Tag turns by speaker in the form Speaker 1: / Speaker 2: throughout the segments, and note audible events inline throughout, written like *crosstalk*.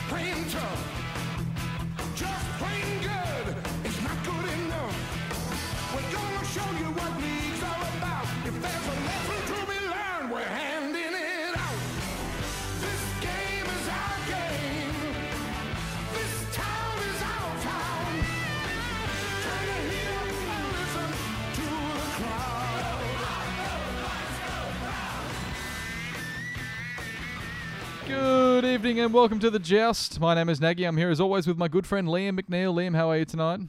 Speaker 1: enough. Just plain good is not good enough. We're gonna show you what leagues are about. If there's a lesson to be learned, we're handing it out. This game is our game. This town is our town. Turn your heel and listen to the crowd.
Speaker 2: Good evening and welcome to the Joust. My name is Nagy. I'm here as always with my good friend Liam McNeil. Liam, how are you tonight?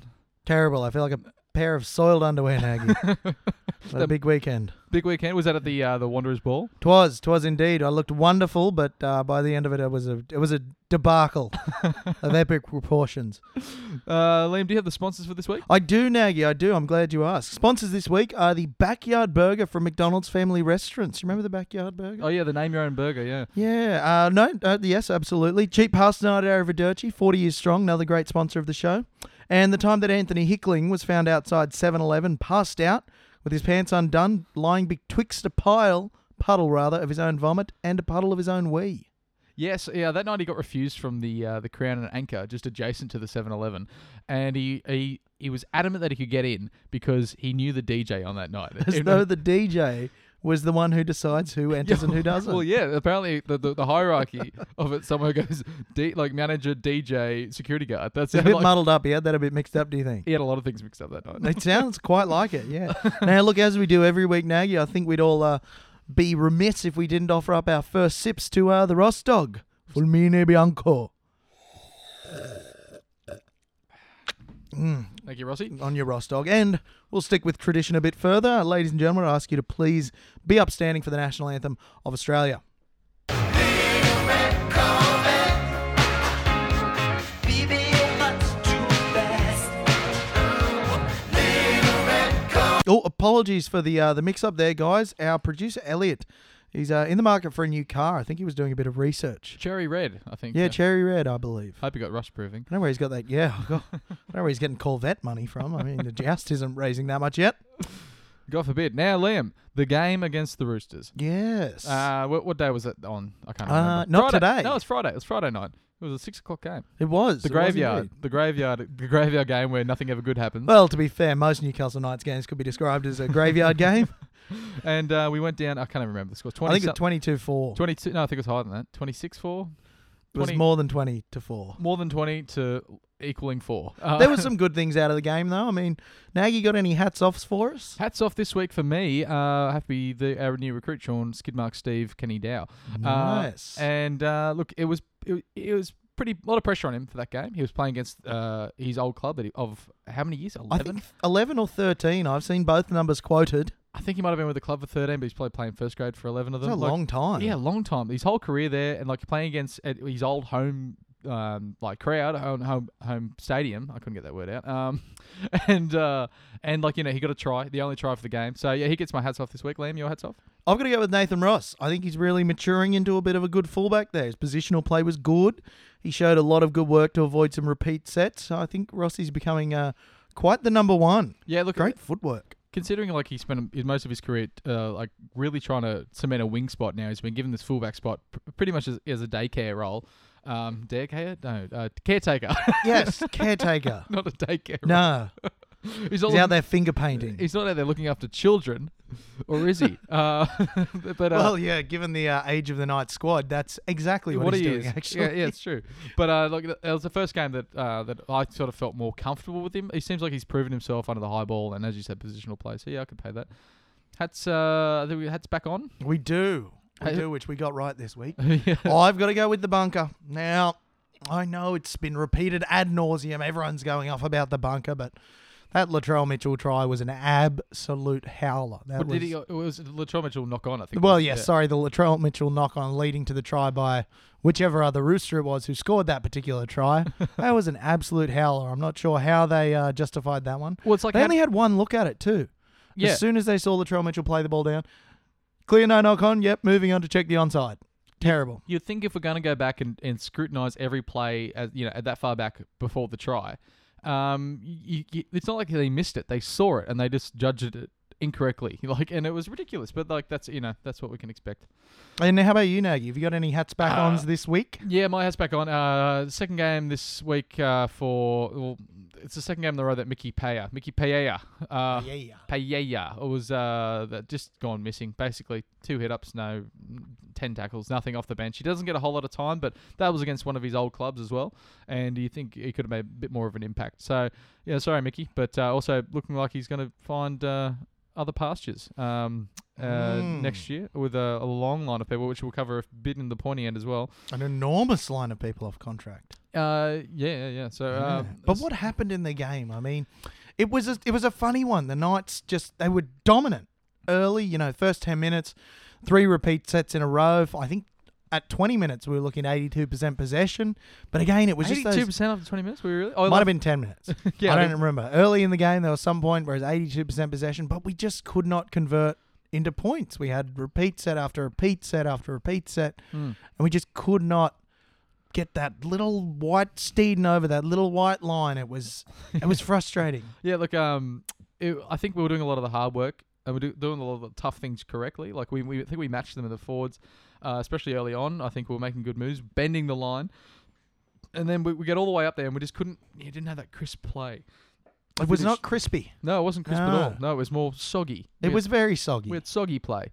Speaker 3: Terrible. I feel like a pair of soiled underwear, Nagy. what a big weekend.
Speaker 2: Big weekend. Was that at the uh, the Wanderers Ball?
Speaker 3: Twas, twas indeed. I looked wonderful, but uh, by the end of it, it was a it was a debacle of epic proportions.
Speaker 2: Uh, Liam, do you have the sponsors for this week?
Speaker 3: I do, Nagy. I do. I'm glad you asked. Sponsors this week are the Backyard Burger from McDonald's Family Restaurants. You remember the Backyard Burger?
Speaker 2: Oh yeah, the name your own burger. Yeah.
Speaker 3: Yeah. Uh, no. Uh, yes, absolutely. Cheap pasta night at Aravidirci, 40 years strong. Another great sponsor of the show. And the time that Anthony Hickling was found outside 7-Eleven, passed out with his pants undone, lying betwixt a pile, puddle rather, of his own vomit and a puddle of his own wee.
Speaker 2: Yes. Yeah. That night he got refused from the uh, the Crown and Anchor, just adjacent to the 7-Eleven, and he he he was adamant that he could get in because he knew the DJ on that night.
Speaker 3: As though the DJ was the one who
Speaker 2: *laughs*
Speaker 3: decides who enters and who doesn't.
Speaker 2: Well, yeah. Apparently, the, the, the hierarchy *laughs* of it somehow goes D, like manager, DJ, security guard. That's
Speaker 3: It's a bit muddled up. He had that a bit mixed up, do you think?
Speaker 2: He had a lot of things mixed up that night.
Speaker 3: It sounds quite like it, yeah. now, look, as we do every week, Nagy, I think we'd all uh, be remiss if we didn't offer up our first sips to uh, the Rostog. Fulmine Bianco.
Speaker 2: Thank you, Rossi.
Speaker 3: on your Rostog. And we'll stick with tradition a bit further. Ladies and gentlemen, I ask you to please be upstanding for the national anthem of Australia. Oh, apologies for the uh, the mix up there, guys. Our producer Elliot, he's uh, in the market for a new car. I think he was doing a bit of research.
Speaker 2: Cherry red, I think.
Speaker 3: Yeah, cherry red, I believe.
Speaker 2: Hope you got rust proofing.
Speaker 3: I know where he's got that. Yeah, *laughs* I don't know where he's getting Corvette money from. I mean, the joust isn't raising that much yet.
Speaker 2: God forbid. Now, Liam, the game against the Roosters.
Speaker 3: Yes.
Speaker 2: Uh, what, what day was it on? I can't
Speaker 3: Uh,
Speaker 2: remember.
Speaker 3: not
Speaker 2: Friday.
Speaker 3: today.
Speaker 2: No, it's Friday. It's Friday night. It was a six o'clock game.
Speaker 3: It was
Speaker 2: The
Speaker 3: it was
Speaker 2: graveyard.
Speaker 3: indeed.
Speaker 2: The graveyard. The graveyard game where nothing ever good happens.
Speaker 3: well, to be fair, most Newcastle Knights games could be described as a graveyard *laughs* game.
Speaker 2: and uh, we went down. I can't even remember the score.
Speaker 3: I
Speaker 2: 20
Speaker 3: think it's twenty-two four.
Speaker 2: 22. No, I think it was higher than that. 26 4.
Speaker 3: It was
Speaker 2: 20
Speaker 3: more than twenty to four.
Speaker 2: More than 20 to equaling 4. Uh,
Speaker 3: *laughs* There were some good things out of the game, though. I mean, Nagy got any hats offs for us?
Speaker 2: Hats off this week for me. Uh, happy the our new recruit Sean Skidmark, Steve Kenny Dow.
Speaker 3: Nice.
Speaker 2: Uh, and uh, look, it was it, it was pretty a lot of pressure on him for that game. He was playing against uh, his old club that he, of how many years?
Speaker 3: I
Speaker 2: Eleven.
Speaker 3: think eleven or thirteen. I've seen both numbers quoted.
Speaker 2: he might have been with the club for thirteen, but he's probably playing first grade for eleven of
Speaker 3: It's
Speaker 2: them.
Speaker 3: a
Speaker 2: Like,
Speaker 3: long time.
Speaker 2: Yeah, long time. His whole career there, and like playing against at his old home, um, like crowd, home, home, home stadium. I couldn't get that word out. Um, *laughs* and uh, and like you know, he got a try, the only try for the game. So yeah, he gets my hats off this week. Liam, your hats off.
Speaker 3: I've got to go with Nathan Ross. I think he's really maturing into a bit of a good fullback there. His positional play was good. He showed a lot of good work to avoid some repeat sets. I think Rossi's becoming uh, quite the number one.
Speaker 2: Yeah, look,
Speaker 3: Great footwork.
Speaker 2: considering like he spent his- most of his career uh, like really trying to cement a wing spot now he's been given this fullback spot pr- pretty much as, as a daycare role um daycare no uh, caretaker *laughs*
Speaker 3: Yes, caretaker.
Speaker 2: not a daycare
Speaker 3: No,
Speaker 2: role. he's, not
Speaker 3: he's out
Speaker 2: looking-
Speaker 3: there finger painting.
Speaker 2: he's not out there looking after children or is
Speaker 3: *laughs*
Speaker 2: he uh *laughs* but uh,
Speaker 3: Well, yeah, given the uh, age of the night squad, that's exactly what,
Speaker 2: what
Speaker 3: he's
Speaker 2: he
Speaker 3: doing,
Speaker 2: is.
Speaker 3: actually.
Speaker 2: Yeah, yeah, it's true. But uh, like it was the first game that uh, that I sort of felt more comfortable with him. He seems like he's proven himself under the high ball and as you said, positional play. So yeah, I could pay that. Hats uh, I think we- hats back on. *laughs*
Speaker 3: We do. We
Speaker 2: Hey.
Speaker 3: do, which we got right this week.
Speaker 2: yeah. *laughs*
Speaker 3: I've got to go with the bunker. Now, I know it's been repeated ad nauseum. Everyone's going off about the bunker, but that Latrell Mitchell try was an absolute howler. That
Speaker 2: But
Speaker 3: was,
Speaker 2: did he? It was Latrell Mitchell knock on. I think.
Speaker 3: well,
Speaker 2: wasn't
Speaker 3: yeah,
Speaker 2: it?
Speaker 3: sorry, the Latrell Mitchell knock on leading to the try by whichever other rooster it was who scored that
Speaker 2: *laughs*
Speaker 3: particular try. that was an absolute howler. I'm not sure how they uh, justified that one.
Speaker 2: Well, it's like
Speaker 3: they
Speaker 2: how-
Speaker 3: only had one look at it too.
Speaker 2: Yeah.
Speaker 3: As soon as they saw Latrell Mitchell play the ball down, clear no knock on. Yep, moving on to check the onside. Terrible.
Speaker 2: You'd think if we're going to go back and, and scrutinize every play, as you know, that far back before the try, um, you, you, it's not like they missed it; they saw it and they just judged it incorrectly. *laughs* Like, and it was ridiculous. But like, that's you know, that's what we can expect.
Speaker 3: And how about you, Nagy? Have you got any hats back
Speaker 2: Uh,
Speaker 3: ons this week?
Speaker 2: Yeah, my hat's back on. Uh, second game this week uh, for well, it's the second game in the row that Mickey Paya, Mickey Paya, uh,
Speaker 3: yeah.
Speaker 2: Payaya was uh, that just gone missing. Basically, two hit ups, no, ten tackles, nothing off the bench. He doesn't get a whole lot of time, but that was against one of his old clubs as well, and you think he could have made a bit more of an impact. So, yeah, sorry, Mickey, but uh, also looking like he's going to find uh, other pastures um, uh,
Speaker 3: Mm.
Speaker 2: next year with a, a long line of people, which we'll cover a bit in the pointy end as well.
Speaker 3: An enormous line of people off contract.
Speaker 2: Uh, yeah, yeah, yeah. So, uh,
Speaker 3: Yeah. But what happened in the game? I mean, it was a, it was a funny one. The Knights just they were dominant early. You know, first ten minutes, three repeat sets in a row. I think at twenty minutes we were looking eighty two percent possession. But again, it was just
Speaker 2: eighty-two
Speaker 3: those
Speaker 2: percent after twenty minutes? We really? Oh,
Speaker 3: might have been ten minutes.
Speaker 2: been. *laughs* yeah,
Speaker 3: I
Speaker 2: I
Speaker 3: don't remember. Early in the game, there was some point where it was eighty two percent possession, but we just could not convert into points. We had repeat set after repeat set after repeat set
Speaker 2: think-
Speaker 3: and we just could not get that little white steeding over that little white line. It was it
Speaker 2: *laughs*
Speaker 3: was frustrating.
Speaker 2: Yeah, look, um, it, I think we were doing a lot of the hard work and we're do, doing a lot of the tough things correctly. Like we, we I think we matched them in the forwards, uh, especially early on. I think we were making good moves, bending the line, and then we, we get all the way up there and we just couldn't. You didn't have that crisp play.
Speaker 3: It was
Speaker 2: Finished.
Speaker 3: not crispy.
Speaker 2: No, it wasn't crisp at all.
Speaker 3: No.
Speaker 2: No, it was more soggy.
Speaker 3: Ah. It
Speaker 2: We
Speaker 3: was
Speaker 2: had,
Speaker 3: very soggy,
Speaker 2: we had soggy play.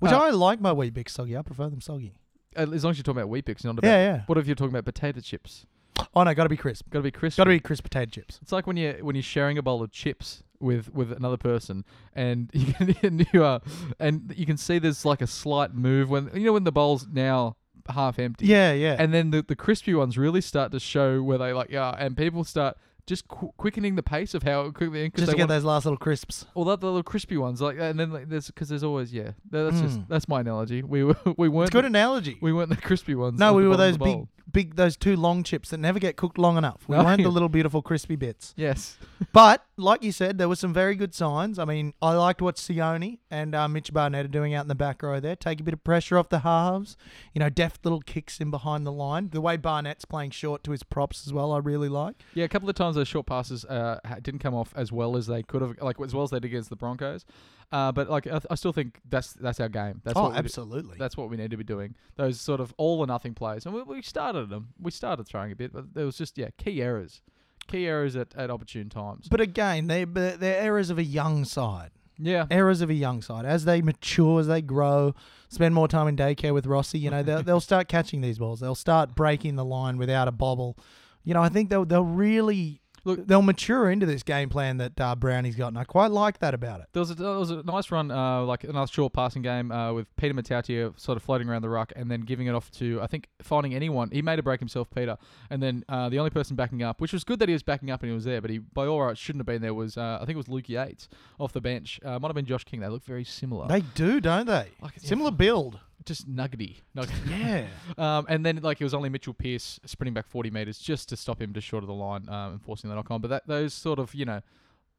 Speaker 3: which
Speaker 2: uh,
Speaker 3: I like my wee bix soggy. I prefer them soggy.
Speaker 2: As long as you're talking about Weepix, not about.
Speaker 3: Yeah,
Speaker 2: What if you're talking about potato chips?
Speaker 3: yeah. Oh no, got to be crisp.
Speaker 2: Got to be crisp.
Speaker 3: Got to be crisp potato chips.
Speaker 2: It's like when you when you're sharing a bowl of chips with with another person, and *laughs* you can and you, uh, and you can see there's like a slight move when you know when the bowl's now half empty.
Speaker 3: Yeah, yeah.
Speaker 2: And then the, the crispy ones really start to show where they like yeah, and people start just qu- quickening the pace of how quickly because
Speaker 3: just
Speaker 2: they
Speaker 3: to get
Speaker 2: want
Speaker 3: those last little crisps.
Speaker 2: all that the little crispy ones like and then like, there's because there's always yeah that- that's
Speaker 3: Mm.
Speaker 2: just that's my analogy we were, *laughs* we weren't
Speaker 3: It's a good
Speaker 2: the,
Speaker 3: analogy.
Speaker 2: we weren't the crispy ones
Speaker 3: no,
Speaker 2: at
Speaker 3: we
Speaker 2: the
Speaker 3: were
Speaker 2: bottom
Speaker 3: those
Speaker 2: of the
Speaker 3: big,
Speaker 2: bowl.
Speaker 3: big, those two long chips that never get cooked long enough. We
Speaker 2: No.
Speaker 3: weren't the little beautiful crispy bits.
Speaker 2: yes
Speaker 3: But like you said, there were some very good signs. I mean, I liked what Sione and uh, Mitch Barnett are doing out in the back row there. Take a bit of pressure off the halves. You know, deft little kicks in behind the line. The way Barnett's playing short to his props as well, I really like.
Speaker 2: Yeah, a couple of times those short passes uh, ha- didn't come off as well as they could have, like as well as they did against the Broncos. Uh, but like I, th- I still think that's that's our game. That's what we do-
Speaker 3: Oh, absolutely.
Speaker 2: that's what we need to be doing. Those sort of all or nothing plays, and we, we started them. We started throwing a bit, but there was just yeah key errors, key errors at, at opportune times.
Speaker 3: But again, they but they're errors of a young side.
Speaker 2: yeah,
Speaker 3: Errors of a young side. As they mature, as they grow, spend more time in daycare with Rossi, you know, they'll, they'll start catching these balls. They'll start breaking the line without a bobble. You know, I think they'll they'll really
Speaker 2: Look-
Speaker 3: they'll mature into this game plan that uh, Brownie's got, and I quite like that about it.
Speaker 2: There was, a, there was a nice run, uh, like another short passing game uh, with Peter Matautia sort of floating around the ruck and then giving it off to, I think, finding anyone. He made a break himself, Peter, and then uh, the only person backing up, which was good that he was backing up and he was there, but he, by all rights, shouldn't have been there, was, uh, I think it was Luke Yates off the bench. Uh, might have been Josh King. They look very similar.
Speaker 3: They do, don't they?
Speaker 2: Like, yeah.
Speaker 3: Similar build.
Speaker 2: Just nuggety. Nug-
Speaker 3: *laughs* Yeah.
Speaker 2: Um, and then like it was only Mitchell Pearce sprinting back 40 meters just to stop him just short of the line um, and forcing the knock on. But that those sort of you know.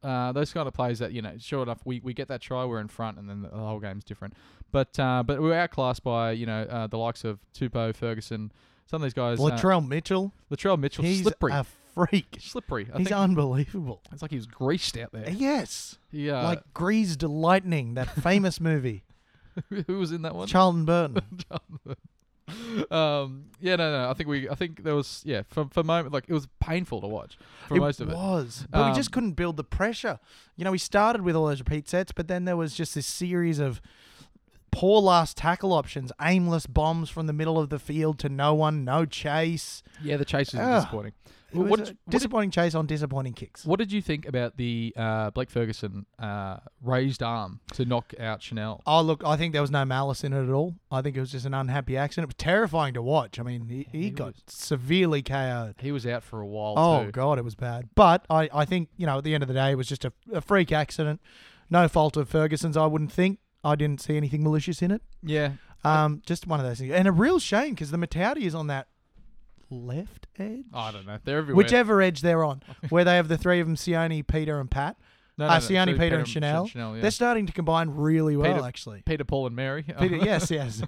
Speaker 2: Uh, those kind of plays that you know, sure enough, we, we get that try, we're in front, and then the whole game's different. But uh, but we were outclassed by you know uh, the likes of Tupo Ferguson, some of these guys. uh,
Speaker 3: Latrell Mitchell.
Speaker 2: Latrell Mitchell,
Speaker 3: He's
Speaker 2: slippery,
Speaker 3: a freak.
Speaker 2: slippery. I
Speaker 3: He's
Speaker 2: think
Speaker 3: unbelievable.
Speaker 2: it's like he was greased out there. uh,
Speaker 3: Yes.
Speaker 2: Yeah,
Speaker 3: like
Speaker 2: like
Speaker 3: Greased Lightning, that famous movie.
Speaker 2: *laughs* who was in that one?
Speaker 3: Charlton Burton.
Speaker 2: Um, yeah, no, no. I think we, I think there was, yeah, for for a moment, like it was painful to watch for most of it.
Speaker 3: was. But we just
Speaker 2: Um,
Speaker 3: couldn't build the pressure. You know, we started with all those repeat sets, but then there was just this series of poor last tackle options, aimless bombs from the middle of the field to no one, no chase.
Speaker 2: Yeah, the chases
Speaker 3: Ah.
Speaker 2: are disappointing.
Speaker 3: It
Speaker 2: Wh-
Speaker 3: was
Speaker 2: What
Speaker 3: a
Speaker 2: did, what, did,
Speaker 3: disappointing chase on disappointing kicks.
Speaker 2: what did you think about the uh, Blake Ferguson uh, raised arm to knock out Chanel?
Speaker 3: Oh look, I think there was no malice in it at all. I think it was just an unhappy accident. It was terrifying to watch. I mean, he, he
Speaker 2: he
Speaker 3: got
Speaker 2: was-
Speaker 3: severely KO'd.
Speaker 2: He was out for a while
Speaker 3: Oh
Speaker 2: too.
Speaker 3: god, it was bad. But I, I think you know at the end of the day, it was just a, a freak accident. No fault of Ferguson's, I wouldn't think. I didn't see anything malicious in it.
Speaker 2: Yeah,
Speaker 3: Um, just one of those things, and a real shame because the Matowdy is on that left edge,
Speaker 2: Oh, I don't know. They're everywhere.
Speaker 3: whichever edge
Speaker 2: *laughs*
Speaker 3: they're on, where they have the three of them: Sione, Peter, and Pat.
Speaker 2: no,
Speaker 3: uh, Sione,
Speaker 2: sorry,
Speaker 3: Peter, and Chanel.
Speaker 2: Chanel yeah.
Speaker 3: They're starting to combine really well,
Speaker 2: Peter- *laughs*
Speaker 3: actually.
Speaker 2: Peter, Paul, and Mary. *laughs*
Speaker 3: Peter, yes, yes,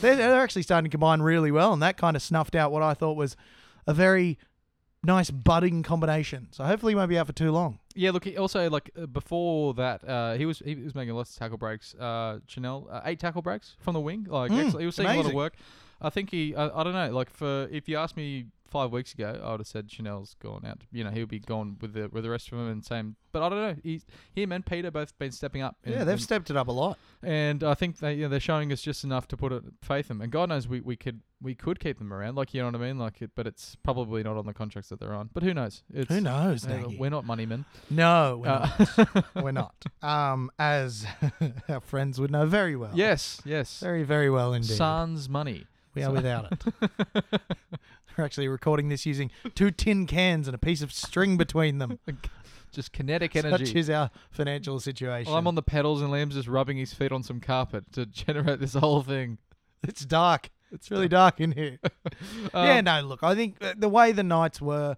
Speaker 3: they're, they're actually starting to combine really well, and that kind of snuffed out what I thought was a very nice budding combination. So hopefully, he won't be out for too long.
Speaker 2: yeah, look. He also like uh, before that, uh, he was he was making lots of tackle breaks. Uh, Chanel uh, eight tackle breaks from the wing. Like
Speaker 3: Mm,
Speaker 2: excellent. he was seeing a lot of
Speaker 3: amazing.
Speaker 2: work. I think he. I, I don't know. Like for if you asked me five weeks ago, I would have said Chanel's gone out. You know, he'll be gone with the with the rest of them and same. But I don't know. He's, him and Peter both been stepping up.
Speaker 3: Yeah,
Speaker 2: and-
Speaker 3: they've
Speaker 2: and-
Speaker 3: stepped it up a lot.
Speaker 2: and I think they you know, they're showing us just enough to put it faith in them. And God knows we, we could we could keep them around, like you know what I mean, like it, but it's probably not on the contracts that they're on. But who knows? It's,
Speaker 3: Who knows,
Speaker 2: uh,
Speaker 3: Nagy?
Speaker 2: We're not money men.
Speaker 3: no, we're
Speaker 2: Uh, *laughs*
Speaker 3: not. we're *laughs* not. Um, as *laughs* our friends would know very well.
Speaker 2: yes, yes.
Speaker 3: Oh. Very, very well indeed.
Speaker 2: Sans money.
Speaker 3: we are without it. *laughs* We're actually recording this using two tin cans and a piece of string between them.
Speaker 2: Just kinetic energy.
Speaker 3: Such is our financial situation.
Speaker 2: well, I'm on the pedals and Liam's just rubbing his feet on some carpet to *laughs* generate this whole thing.
Speaker 3: it's dark. It's really dark Uh, in here.
Speaker 2: Uh,
Speaker 3: yeah, no, look, I think uh, the way the Knights were,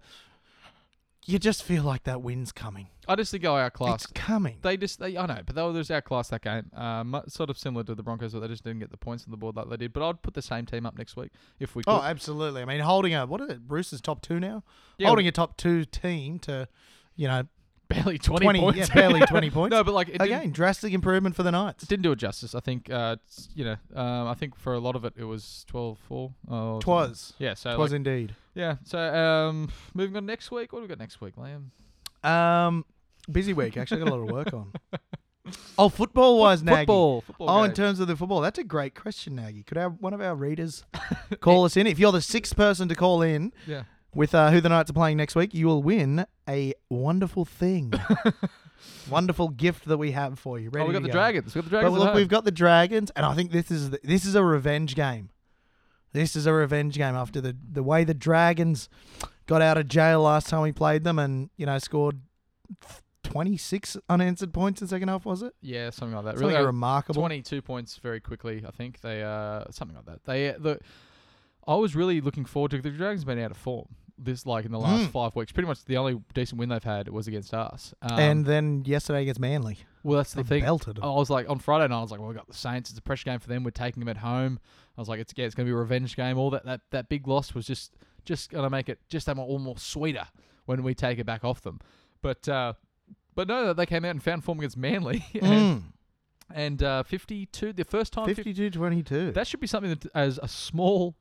Speaker 3: you just feel like that win's coming.
Speaker 2: I just think I outclassed.
Speaker 3: It's coming.
Speaker 2: They just, they, I know, but they were just outclassed that game. Uh, mu- sort of similar to the Broncos, but they just didn't get the points on the board like they did. But I'd put the same team up next week if we could.
Speaker 3: Oh, absolutely. I mean, holding a, what is it, Bruce's top two now?
Speaker 2: Yeah.
Speaker 3: Holding a top two team to, you know,
Speaker 2: *laughs* barely 20,
Speaker 3: 20,
Speaker 2: points. *laughs*
Speaker 3: yeah, barely 20 points.
Speaker 2: no, but like, it didn't,
Speaker 3: Again, drastic improvement for the Knights.
Speaker 2: didn't do it justice. I think, uh, it's- you know, um, I think for a lot of it, it was 12 4. Oh,
Speaker 3: Twas.
Speaker 2: Yeah, so.
Speaker 3: Twas
Speaker 2: like-
Speaker 3: indeed.
Speaker 2: yeah, so um, moving on next week. What do we got next week, Liam?
Speaker 3: Um, busy week. Actually, got a lot of work on.
Speaker 2: *laughs*
Speaker 3: Oh, football wise, Nagy.
Speaker 2: Football. football
Speaker 3: Oh, in
Speaker 2: game.
Speaker 3: terms of the football, that's a great question, Nagy. Could our, one of
Speaker 2: *laughs*
Speaker 3: our readers call us in? If you're the sixth person to call in
Speaker 2: Yeah. Oh,
Speaker 3: with uh, who the Knights are playing next week, you will win a
Speaker 2: *laughs*
Speaker 3: wonderful thing, wonderful gift that we have for you. Ready
Speaker 2: Oh, we
Speaker 3: to
Speaker 2: got the
Speaker 3: go.
Speaker 2: Dragons. We got the
Speaker 3: But
Speaker 2: Dragons.
Speaker 3: look, we've got the Dragons, and I think this is the, this is a revenge game. This is a revenge game after the the way the Dragons got out of jail last time we played them, and you know scored twenty six unanswered points in second half. Was it
Speaker 2: yeah, something like that.
Speaker 3: something
Speaker 2: Really, uh,
Speaker 3: remarkable?
Speaker 2: 22 points very quickly, I think. They uh something like that. They uh, the I was really looking forward to the Dragons have been out of form this like in the last
Speaker 3: Mm.
Speaker 2: 5 weeks. Pretty much the only decent win they've had was against us. Um,
Speaker 3: and then yesterday against Manly,
Speaker 2: well that's
Speaker 3: they
Speaker 2: the thing.
Speaker 3: belted. 'em.
Speaker 2: I oh, was like on Friday night. I was like, "Well, we got the Saints. It's a pressure game for them. We're taking them at home." I was like, "It's yeah, it's going to be a revenge game." All that that that big loss was just just going to make it just that much all more sweeter when we take it back off them. But uh, but no, they came out and found form against Manly *laughs* and,
Speaker 3: Mm.
Speaker 2: and uh, fifty two. The first time 50,
Speaker 3: 52 22.
Speaker 2: that should be something that as a small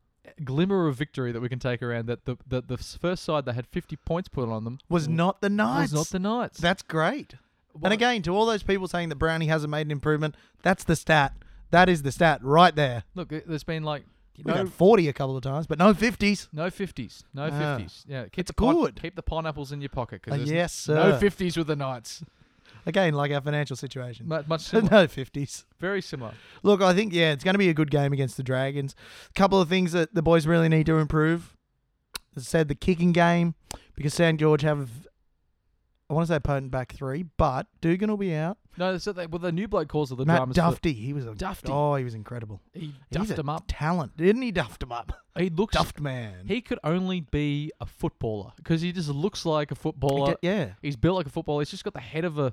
Speaker 2: glimmer of victory that we can take around that the the, the first side that had fifty points put on them
Speaker 3: was not the Knights.
Speaker 2: was not the Knights.
Speaker 3: That's great.
Speaker 2: Well,
Speaker 3: And again, to all those people saying that Brownie hasn't made an improvement, that's the stat. That is the stat right there.
Speaker 2: look, there's been like you
Speaker 3: We
Speaker 2: know,
Speaker 3: got 40 a couple of times, but no 50s.
Speaker 2: No fifties. No
Speaker 3: Ah.
Speaker 2: fifties. yeah, keep
Speaker 3: It's
Speaker 2: the pine-
Speaker 3: good.
Speaker 2: keep the pineapples in your pocket
Speaker 3: Uh,
Speaker 2: because
Speaker 3: yes,
Speaker 2: no
Speaker 3: sir.
Speaker 2: fifties with the
Speaker 3: *laughs*
Speaker 2: Knights.
Speaker 3: Again, like our financial situation.
Speaker 2: Mu- Much similar,
Speaker 3: *laughs* no 50s.
Speaker 2: very similar.
Speaker 3: Look, I think, yeah, it's going to be a good game against the Dragons. couple of things that the boys really need to improve. As I said, the kicking game, because St. George have, I want to say potent back three, but Dugan will be out.
Speaker 2: No, so they, well, the new bloke calls it the
Speaker 3: Matt
Speaker 2: dramas. for-
Speaker 3: Dufty, he was a,
Speaker 2: Dufty.
Speaker 3: Oh, he was incredible.
Speaker 2: he
Speaker 3: He's
Speaker 2: duffed
Speaker 3: a
Speaker 2: him up.
Speaker 3: Talent, didn't he? Duffed him up.
Speaker 2: He looks.
Speaker 3: Duffed man.
Speaker 2: He could only be a footballer because he just looks like a
Speaker 3: He
Speaker 2: footballer.
Speaker 3: did- yeah.
Speaker 2: He's built like a footballer. He's just got the head of a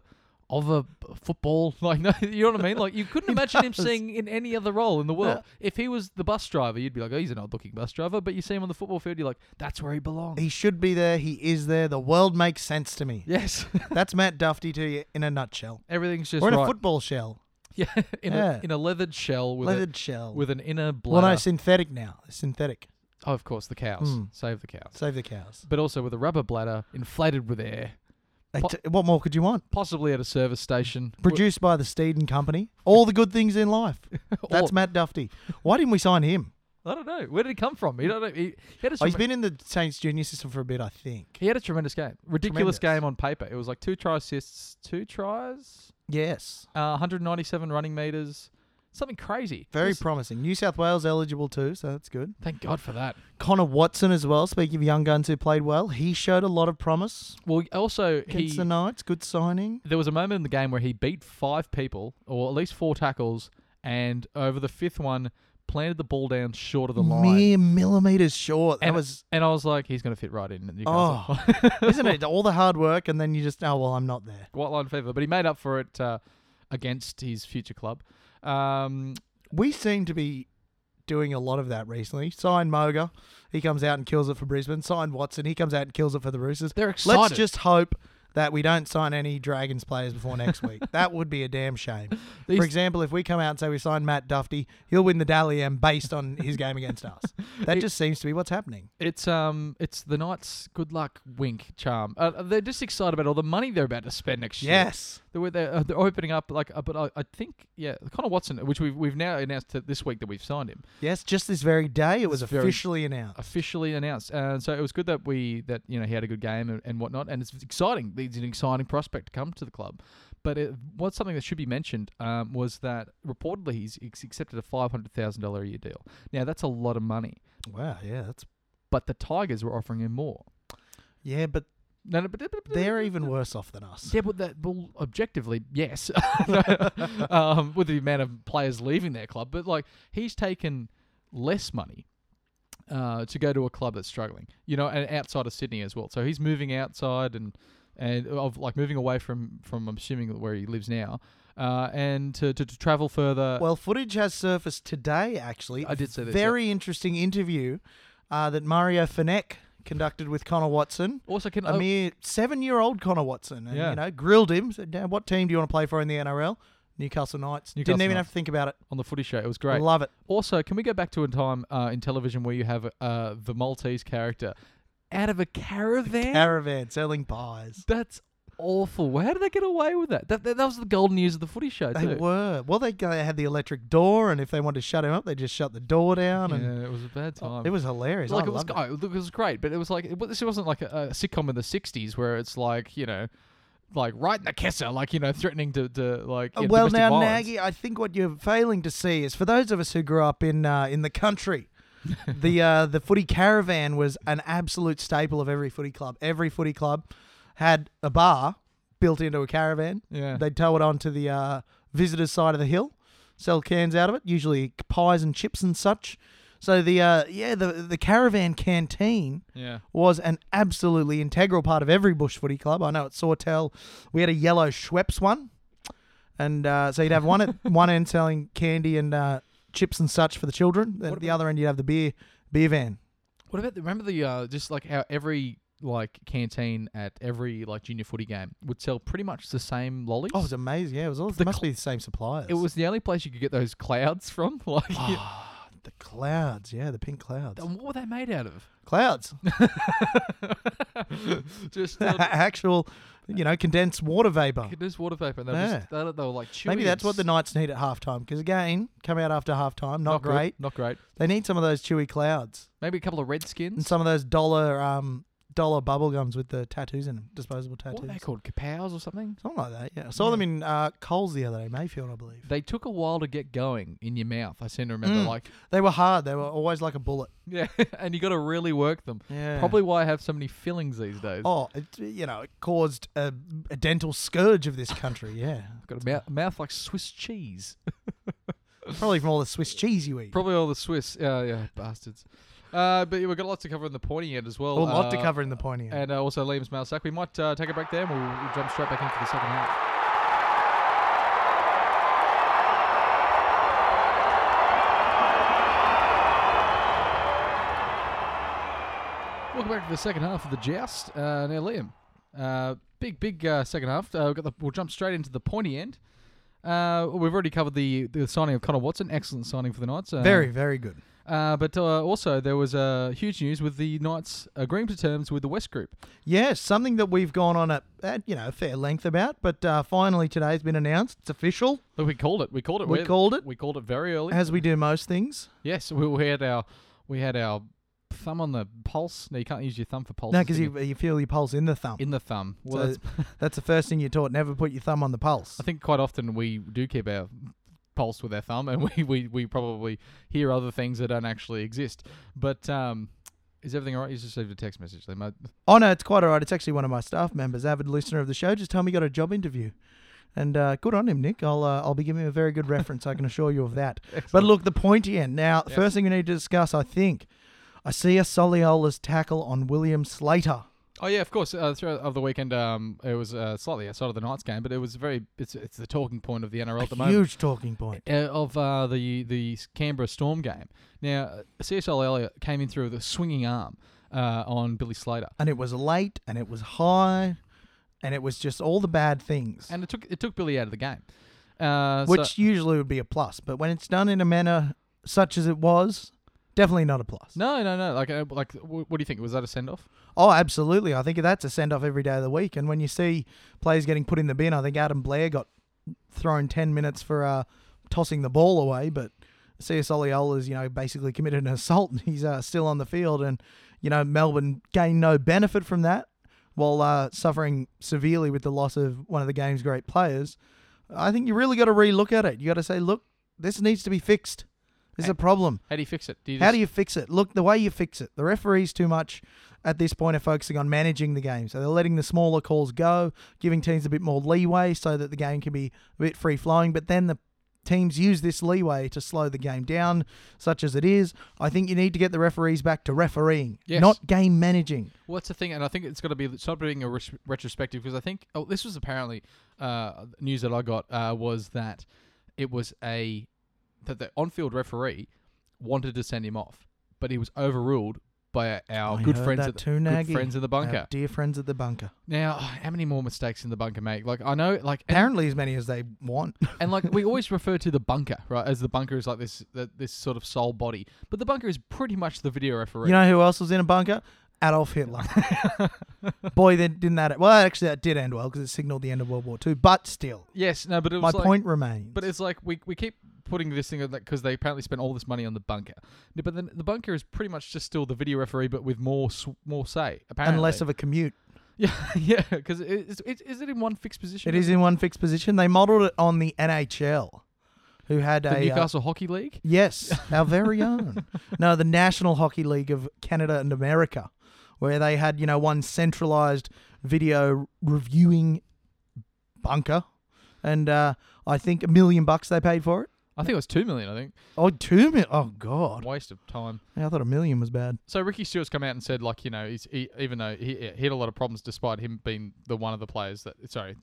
Speaker 2: of a b- football. *laughs* Like no, you know what I mean. Like you
Speaker 3: *laughs*
Speaker 2: couldn't imagine him
Speaker 3: does.
Speaker 2: singing in any other role in the world. If he was the bus driver, you'd be like, oh, he's an odd looking bus driver. But you see him on the football field, you're like, that's where he belongs.
Speaker 3: He should be there. He is there. The world makes sense to me.
Speaker 2: yes, *laughs*
Speaker 3: That's Matt Dufty to you in a nutshell.
Speaker 2: everything's just
Speaker 3: or in
Speaker 2: right.
Speaker 3: a football shell.
Speaker 2: *laughs* Yeah, in,
Speaker 3: Yeah.
Speaker 2: A, in a leathered shell with
Speaker 3: Leathered
Speaker 2: a,
Speaker 3: shell.
Speaker 2: with an inner
Speaker 3: well,
Speaker 2: bladder.
Speaker 3: no, synthetic now. Synthetic.
Speaker 2: oh, of course, the cows.
Speaker 3: Mm.
Speaker 2: Save the cows.
Speaker 3: Save the cows.
Speaker 2: But also with a rubber bladder inflated with air,
Speaker 3: Hey,
Speaker 2: Po-
Speaker 3: t- what more could you want?
Speaker 2: possibly at a service
Speaker 3: *laughs*
Speaker 2: station.
Speaker 3: Produced by the Steed and Company. All the good things in *laughs* life.
Speaker 2: Or-
Speaker 3: That's Matt Dufty. Why didn't we sign *laughs* him?
Speaker 2: I don't know. Where did it come from? He, don't know. he, he, had, a
Speaker 3: Oh, he's
Speaker 2: treme-
Speaker 3: been in the Saints junior system for a bit, I think.
Speaker 2: he had a tremendous game. Ridiculous
Speaker 3: Tremendous.
Speaker 2: game on paper. It was like two try assists, two tries,
Speaker 3: Yes.
Speaker 2: uh, 197 running meters. Something crazy.
Speaker 3: Very
Speaker 2: This-
Speaker 3: promising. New South Wales eligible too, so that's good.
Speaker 2: Thank God for that.
Speaker 3: Connor Watson as well. Speaking of young guns who played well, he showed a lot of promise
Speaker 2: Well, also,
Speaker 3: against
Speaker 2: he,
Speaker 3: the Knights. Good signing.
Speaker 2: there was a moment in the game where he beat five people, or at least four tackles, and over the fifth one, planted the ball down short of the line.
Speaker 3: Mere millimeters short. That
Speaker 2: and
Speaker 3: was
Speaker 2: and I was like, he's going to fit right in. At Newcastle.
Speaker 3: oh, *laughs*
Speaker 2: *laughs*
Speaker 3: isn't it? All the hard work, and then you just oh well, I'm not there.
Speaker 2: White line fever, but he made up for it uh, against his future club. Um,
Speaker 3: We seem to be doing a lot of that recently. Sign Moga, he comes out and kills it for Brisbane. Sign Watson, he comes out and kills it for the Roosters.
Speaker 2: They're
Speaker 3: Let's
Speaker 2: excited.
Speaker 3: just hope that we don't sign any Dragons players before next
Speaker 2: *laughs*
Speaker 3: week. that would be a damn shame.
Speaker 2: These-
Speaker 3: For example, if we come out and say we signed Matt Duffy, he'll win the Dally M based on his game against
Speaker 2: *laughs*
Speaker 3: us. That just seems to be what's happening.
Speaker 2: It's um, it's the Knights' good luck wink charm. Uh, they're just excited about all the money they're about to spend next year.
Speaker 3: Yes.
Speaker 2: They were- they're, uh, they're opening up like, uh, but I, I think yeah, Connor Watson, which we've we've now announced that this week that we've signed him
Speaker 3: Yes, just this very day it was
Speaker 2: This very-
Speaker 3: officially announced.
Speaker 2: officially announced, and so it was good that we that you know he had a good game and, and whatnot, and it's exciting. He's an exciting prospect to come to the club. But it, what's something that should be mentioned um, was that reportedly he's ex- accepted a five hundred thousand dollar a year deal. Now that's a lot of money,
Speaker 3: Wow, yeah, that's
Speaker 2: but the Tigers were offering him more.
Speaker 3: yeah, but
Speaker 2: No, no, but, but- but-
Speaker 3: they're even worse off than us.
Speaker 2: Yeah, but that well, objectively, yes, *laughs* um, with the amount of players leaving their club. But like, he's taken less money uh, to go to a club that's struggling, you know, and outside of Sydney as well. So he's moving outside and and of like moving away from from I'm assuming where he lives now, uh, and to, to to travel further.
Speaker 3: Well, footage has surfaced today, actually.
Speaker 2: Uh, I did see this, yeah.
Speaker 3: Very interesting interview uh, that Mario Fenech conducted with Connor Watson.
Speaker 2: also, can oh,
Speaker 3: A mere seven year old Connor Watson. And,
Speaker 2: Yeah.
Speaker 3: You know, grilled him. Said, "Now, what team do you want to play for in the NRL? Newcastle Knights.
Speaker 2: Newcastle
Speaker 3: Didn't even
Speaker 2: Knights.
Speaker 3: have to think about it.
Speaker 2: on the footy show, it was great.
Speaker 3: Love it.
Speaker 2: Also, can we go back to a time uh, in television where you have uh, the Maltese character out of a caravan?
Speaker 3: Caravan selling pies.
Speaker 2: That's awful. How did they get away with that? That, that, that was the golden years of the footy show,
Speaker 3: They
Speaker 2: too.
Speaker 3: were. Well, they, they had the electric door, and if they wanted to shut him up, they just shut the door down. And Oh,
Speaker 2: Yeah, it was a bad time.
Speaker 3: It was hilarious.
Speaker 2: like
Speaker 3: I
Speaker 2: it was,
Speaker 3: loved
Speaker 2: oh, look, it was great, but it was like it, was- this wasn't like a, a sitcom in the '60s where it's like you know, like right in the kisser, like you know, threatening to, to like. you know,
Speaker 3: Oh, well,
Speaker 2: domestic
Speaker 3: now
Speaker 2: violence.
Speaker 3: Nagy, I think what you're failing to see is for those of us who grew up in uh, in
Speaker 2: *laughs*
Speaker 3: the country, the uh, the footy caravan was an absolute staple of every footy club. Every footy club had a bar built into a caravan.
Speaker 2: Yeah.
Speaker 3: they'd tow it onto the uh, visitors' side of the hill, sell cans out of it, usually pies and chips and such. So the uh, yeah the the caravan canteen
Speaker 2: Yeah.
Speaker 3: was an absolutely integral part of every bush footy club. I know at Sawtell we had a yellow Schweppes one, and uh, so you'd have
Speaker 2: *laughs*
Speaker 3: one at one end selling candy and uh, chips and such for the children, and at the other end you'd have the beer beer van.
Speaker 2: What about the, remember the uh, just like how every like canteen at every like junior footy game would sell pretty much the same lollies.
Speaker 3: Oh, it was amazing! Yeah, it was all
Speaker 2: The
Speaker 3: must
Speaker 2: cl-
Speaker 3: be the same suppliers.
Speaker 2: it
Speaker 3: *laughs*
Speaker 2: was the only place you could get those clouds from. *laughs* Like,
Speaker 3: Oh, Ah, the clouds. Yeah, the pink clouds.
Speaker 2: and what were they made out of? *laughs*
Speaker 3: Clouds, *laughs*
Speaker 2: Just uh,
Speaker 3: actual, you know, condensed water vapor.
Speaker 2: It is water vapor. And they, were
Speaker 3: Oh. Yeah.
Speaker 2: just, they, they were like chewy.
Speaker 3: Maybe that's what
Speaker 2: and
Speaker 3: the Knights need at halftime. Because again, come out after halftime,
Speaker 2: s-
Speaker 3: not,
Speaker 2: good,
Speaker 3: great.
Speaker 2: Not great.
Speaker 3: They need some of those chewy clouds.
Speaker 2: Maybe a couple of
Speaker 3: and
Speaker 2: redskins.
Speaker 3: some of those dollar um dollar bubble gums with the tattoos in them, disposable tattoos.
Speaker 2: What are they called? Kapows or something?
Speaker 3: Something like that. Yeah, I saw them in uh, Coles the other day, Mayfield, I believe.
Speaker 2: They took a while to get going in your mouth. I seem to remember.
Speaker 3: Mm.
Speaker 2: Like, *laughs*
Speaker 3: They were hard. They were always like a bullet.
Speaker 2: yeah, and you got to really work them.
Speaker 3: Yeah.
Speaker 2: Probably why I have so many fillings these days.
Speaker 3: Oh, it, you know, it caused a, a dental scourge of this country. Yeah,
Speaker 2: I've got a mouth, mouth like Swiss
Speaker 3: *laughs*
Speaker 2: cheese.
Speaker 3: probably from all the Swiss cheese you eat.
Speaker 2: Probably all the Swiss. Yeah, yeah, bastards. Uh, but yeah, we've got lots to cover in the pointy end as well.
Speaker 3: a lot to
Speaker 2: Uh,
Speaker 3: cover in the pointy. end.
Speaker 2: And uh, also Liam's mail sack. We might uh, take a break there and we'll, we'll jump straight back into the second half. Welcome back to the second half of the joust. Uh, now, Liam, uh, big, big uh, second half. Uh, we've got the, we'll jump straight into the pointy end. Uh, we've already covered the, the signing of Connor Watson. Excellent signing for the Knights. Uh,
Speaker 3: Very, very good.
Speaker 2: uh, but uh, also, there was uh, huge news with the Knights agreeing to terms with the West Group.
Speaker 3: Yes, something that we've gone on at, at you know fair length about, but uh, finally today's been announced. It's official,
Speaker 2: Look, we called it. We called it.
Speaker 3: We
Speaker 2: We're-
Speaker 3: called it?
Speaker 2: We called it very early.
Speaker 3: as we do most things.
Speaker 2: yes, we, we had our we had our thumb on the pulse. No, you can't use your thumb for pulse.
Speaker 3: No, because you, you feel your pulse in the thumb.
Speaker 2: in the thumb. Well,
Speaker 3: So-
Speaker 2: that's, *laughs*
Speaker 3: That's the first thing you're taught. Never put your thumb on the pulse.
Speaker 2: I think quite often we do keep our pulse with our thumb, and *laughs* we we, we probably hear other things that don't actually exist. But um, is everything all right? You just received a text message. They might.
Speaker 3: Oh no, it's quite all right. It's actually one of my staff members, avid listener of the show. Just tell me he got a job interview, and uh, good on him, Nick. I'll uh, I'll be giving him a very good reference. I can assure you of that. *laughs* But look, the pointy end. Now, the first thing we need to discuss, I think, I see a Soliola's tackle on William Slater.
Speaker 2: Oh yeah, of course. Uh, throughout of the weekend, um, it was uh, slightly outside of the Knights game, but it was very. It's it's the talking point of the NRL at the moment.
Speaker 3: Huge talking point.
Speaker 2: uh, of uh, the the Canberra Storm game. Now, uh, CSL Elliott came in through the swinging arm uh, on Billy Slater.
Speaker 3: And it was late, and it was high, and it was just all the bad things,
Speaker 2: and it took it took Billy out of the game. Uh, so-
Speaker 3: which usually would be a plus. But when it's done in a manner such as it was, definitely not a plus.
Speaker 2: no, no, no. Like, uh, like, wh- what do you think? Was that a send off?
Speaker 3: Oh, absolutely. I think that's a send off every day of the week. And when you see players getting put in the bin, I think Adam Blair got thrown 10 minutes for uh, tossing the ball away. But CS Oleola's, you know, basically committed an assault and *laughs* he's uh, still on the field. And, you know, Melbourne gained no benefit from that while uh, suffering severely with the loss of one of the game's great players. I think you really got to re look at it. You got to say, look, this needs to be fixed. This is a problem.
Speaker 2: How do you fix it? Do you
Speaker 3: How
Speaker 2: just-
Speaker 3: do you fix it? Look, the way you fix it, the referees too much at this point are focusing on managing the game. So they're letting the smaller calls go, giving teams a bit more leeway so that the game can be a bit free flowing. But then the teams use this leeway to slow the game down, such as it is. I think you need to get the referees back to refereeing,
Speaker 2: Yes.
Speaker 3: not game managing.
Speaker 2: What's the thing? And I think it's got to be. It's not being a res- retrospective because I think. Oh, this was apparently uh, news that I got uh, was that it was a that the on-field referee wanted to send him off, but he was overruled by our
Speaker 3: I
Speaker 2: good
Speaker 3: heard
Speaker 2: friends
Speaker 3: that
Speaker 2: at the,
Speaker 3: too,
Speaker 2: good
Speaker 3: Nagy.
Speaker 2: friends in the bunker.
Speaker 3: Our dear friends at the bunker.
Speaker 2: Now, how many more mistakes in the bunker make? Like I know, like and,
Speaker 3: Apparently, as many as they want.
Speaker 2: and like we always refer to the bunker, right? As the bunker is like this that this sort of soul body, but the bunker is pretty much the video referee.
Speaker 3: You know who else was in a bunker?
Speaker 2: *laughs*
Speaker 3: Adolf Hitler. Boy, then didn't that? Well, actually, that did end well because it signaled the end of World War II. But still,
Speaker 2: yes, no, but it
Speaker 3: my
Speaker 2: was like,
Speaker 3: point remains.
Speaker 2: But it's like we, we keep putting this thing because they apparently spent all this money on the bunker. No, But then the bunker is pretty much just still the video referee, but with more sw- more say. Apparently,
Speaker 3: and less of a commute.
Speaker 2: yeah, *laughs* yeah, because it's, it's is it in one fixed position?
Speaker 3: It is in one fixed position. They modelled it on the NHL, who had
Speaker 2: the
Speaker 3: a uh,
Speaker 2: Newcastle Hockey League.
Speaker 3: yes,
Speaker 2: *laughs*
Speaker 3: our very own. No, the National Hockey League of Canada and America, where they had you know one centralised video reviewing bunker, and uh, I think a million bucks they paid for it.
Speaker 2: I think it was two million. I think
Speaker 3: Oh, two mil. Oh, God.
Speaker 2: waste of time.
Speaker 3: Yeah, I thought a million was bad.
Speaker 2: So Ricky Stewart's come out and said, like, you know, he's, he, even though he, he had a lot of problems, despite him being the one of the players that, sorry,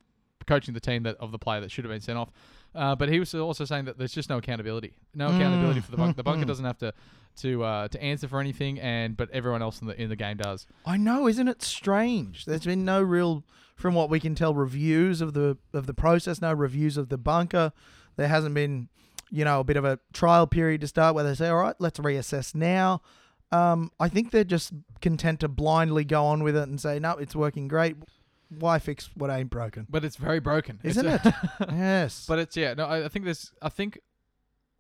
Speaker 2: coaching the team that of the player that should have been sent off. Uh, but he was also saying that there's just no accountability, no
Speaker 3: Mm.
Speaker 2: accountability for the bunker. The
Speaker 3: Mm-hmm.
Speaker 2: bunker doesn't have to to uh, to answer for anything, and but everyone else in the in the game does.
Speaker 3: I know, isn't it strange? There's been no real, from what we can tell, reviews of the of the process. No reviews of the bunker. There hasn't been, you know, a bit of a trial period to start where they say, all right, let's reassess now. Um, I think they're just content to blindly go on with it and say, no, it's working great. Why fix what ain't *laughs* broken?
Speaker 2: But it's very broken, It's
Speaker 3: Isn't
Speaker 2: a-
Speaker 3: it? yes.
Speaker 2: *laughs* But it's yeah, no, I, I think there's I think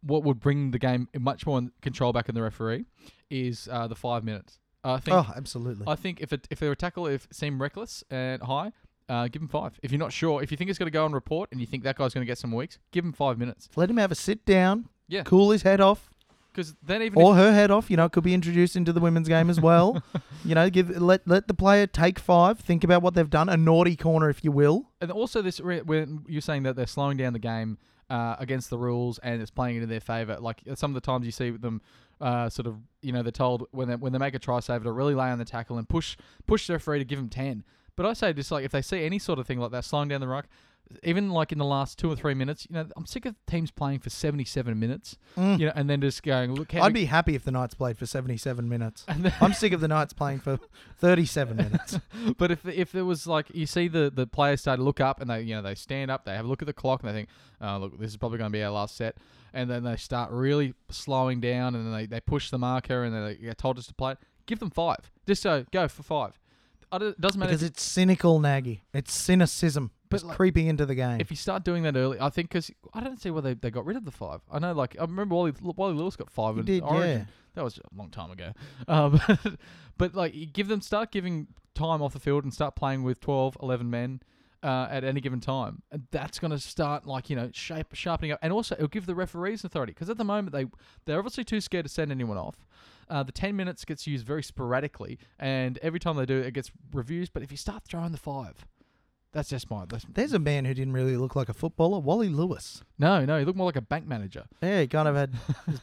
Speaker 2: what would bring the game much more in control back in the referee is uh, the five minutes. I think
Speaker 3: oh, absolutely.
Speaker 2: I think if it, if a tackle if seem reckless and high, uh, give him five. If you're not sure, if you think it's going to go on report and you think that guy's going to get some weeks, give him five minutes.
Speaker 3: Let him have a sit down.
Speaker 2: Yeah.
Speaker 3: Cool his head off.
Speaker 2: Because then even
Speaker 3: or her head off. You know, it could be introduced into the women's game as well.
Speaker 2: *laughs*
Speaker 3: you know, give let let the player take five, think about what they've done, a naughty corner, if you will.
Speaker 2: if, and also this re- when you're saying that they're slowing down the game uh, against the rules and it's playing into their favour. Like uh, some of the times you see with them. Uh, sort of, you know, they're told when they when they make a try save to really lay on the tackle and push push the referee to give him ten. But I say just like if they see any sort of thing like that slowing down the ruck, even like in the last two or three minutes, you know, I'm sick of teams playing for 77 minutes, you know, and then just going look.
Speaker 3: I'd be happy if the Knights played for seventy-seven minutes.
Speaker 2: *laughs* And then-
Speaker 3: I'm sick of the Knights playing for
Speaker 2: *laughs*
Speaker 3: thirty-seven minutes.
Speaker 2: but if if there was like you see the the players start to look up and they you know they stand up, they have a look at the clock and they think, oh look, this is probably going to be our last set, and then they start really slowing down and then they, they push the marker and then they get told us to play. it. Give them five, just so go for five. I don't- It doesn't matter.
Speaker 3: Because
Speaker 2: if,
Speaker 3: it's cynical, Nagy. It's cynicism.
Speaker 2: But
Speaker 3: But
Speaker 2: like-
Speaker 3: creeping into the game.
Speaker 2: if you start doing that early, I think because I don't see why they, they got rid of the five. I know, like I remember Wally Wally Lewis got five
Speaker 3: He
Speaker 2: in
Speaker 3: did,
Speaker 2: Origin.
Speaker 3: yeah.
Speaker 2: That was a long time ago. Um, *laughs* but like, you give them start giving time off the field and start playing with 12, 11 men uh, at any given time. And that's going to start like you know shape sharpening up, and also it'll give the referees authority because at the moment they they're obviously too scared to send anyone off. Uh, the 10 minutes gets used very sporadically, and every time they do it, it gets reviews. But if you start throwing the five, that's just my. That's,
Speaker 3: There's a man who didn't really look like a footballer, Wally Lewis.
Speaker 2: no, no, you look more like a bank manager.
Speaker 3: Yeah, he kind
Speaker 2: *laughs*
Speaker 3: of had his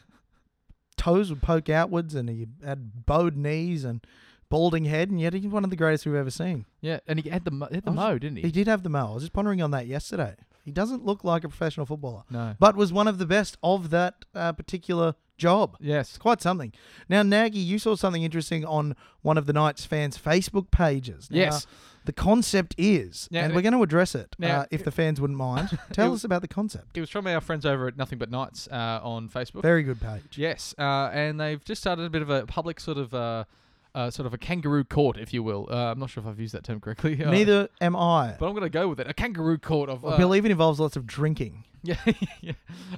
Speaker 3: toes would poke outwards, and he had bowed knees and balding head, and yet he's one of the greatest we've ever seen.
Speaker 2: Yeah, and he had the mo- he had the
Speaker 3: I was-
Speaker 2: mo, didn't he?
Speaker 3: He did have the mail. I was just pondering on that yesterday. He doesn't look like a professional footballer,
Speaker 2: no,
Speaker 3: but was one of the best of that uh, particular job.
Speaker 2: Yes.
Speaker 3: It's quite something. Now, Nagy, you saw something interesting on one of the Knights fans' Facebook pages. Now,
Speaker 2: Yes.
Speaker 3: The concept is,
Speaker 2: Now,
Speaker 3: and
Speaker 2: it-
Speaker 3: we're going to address it
Speaker 2: now,
Speaker 3: uh, if the fans wouldn't mind.
Speaker 2: *laughs*
Speaker 3: Tell
Speaker 2: it-
Speaker 3: us about the concept.
Speaker 2: It was from our friends over at Nothing But Knights uh, on Facebook.
Speaker 3: Very good page.
Speaker 2: Yes, uh, and they've just started a bit of a public sort of uh, uh, sort of a kangaroo court, if you will. Uh, I'm not sure if I've used that term correctly. Uh,
Speaker 3: Neither am I.
Speaker 2: But uh, I'm going to go with it. A kangaroo court of.
Speaker 3: I
Speaker 2: Uh, *laughs*
Speaker 3: believe it involves lots of drinking.
Speaker 2: yeah, yeah.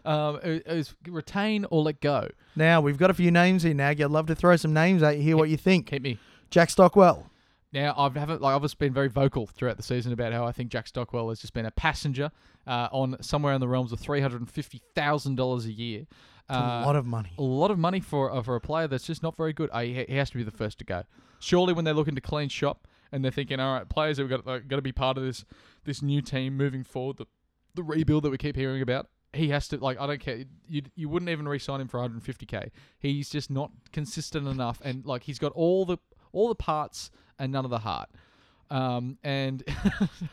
Speaker 2: Um, it- it was retain or let go.
Speaker 3: Now, we've got a few names here, Nagy. I'd love to throw some names at you, hear what you think.
Speaker 2: Keep me.
Speaker 3: Jack Stockwell.
Speaker 2: Now I've haven't like I've just been very vocal throughout the season about how I think Jack Stockwell has just been a passenger uh, on somewhere in the realms of three hundred and fifty thousand dollars a year. Uh,
Speaker 3: a lot of money.
Speaker 2: a lot of money for uh, for a player that's just not very good. Uh, he, he has to be the first to go. Surely, when they're looking to clean shop and they're thinking, all right, players have got got to be part of this this new team moving forward, the the rebuild that we keep hearing about. He has to like I don't care. You you wouldn't even re-sign him for 150k. He's just not consistent enough, and like he's got all the all the parts and none of the heart. Um, and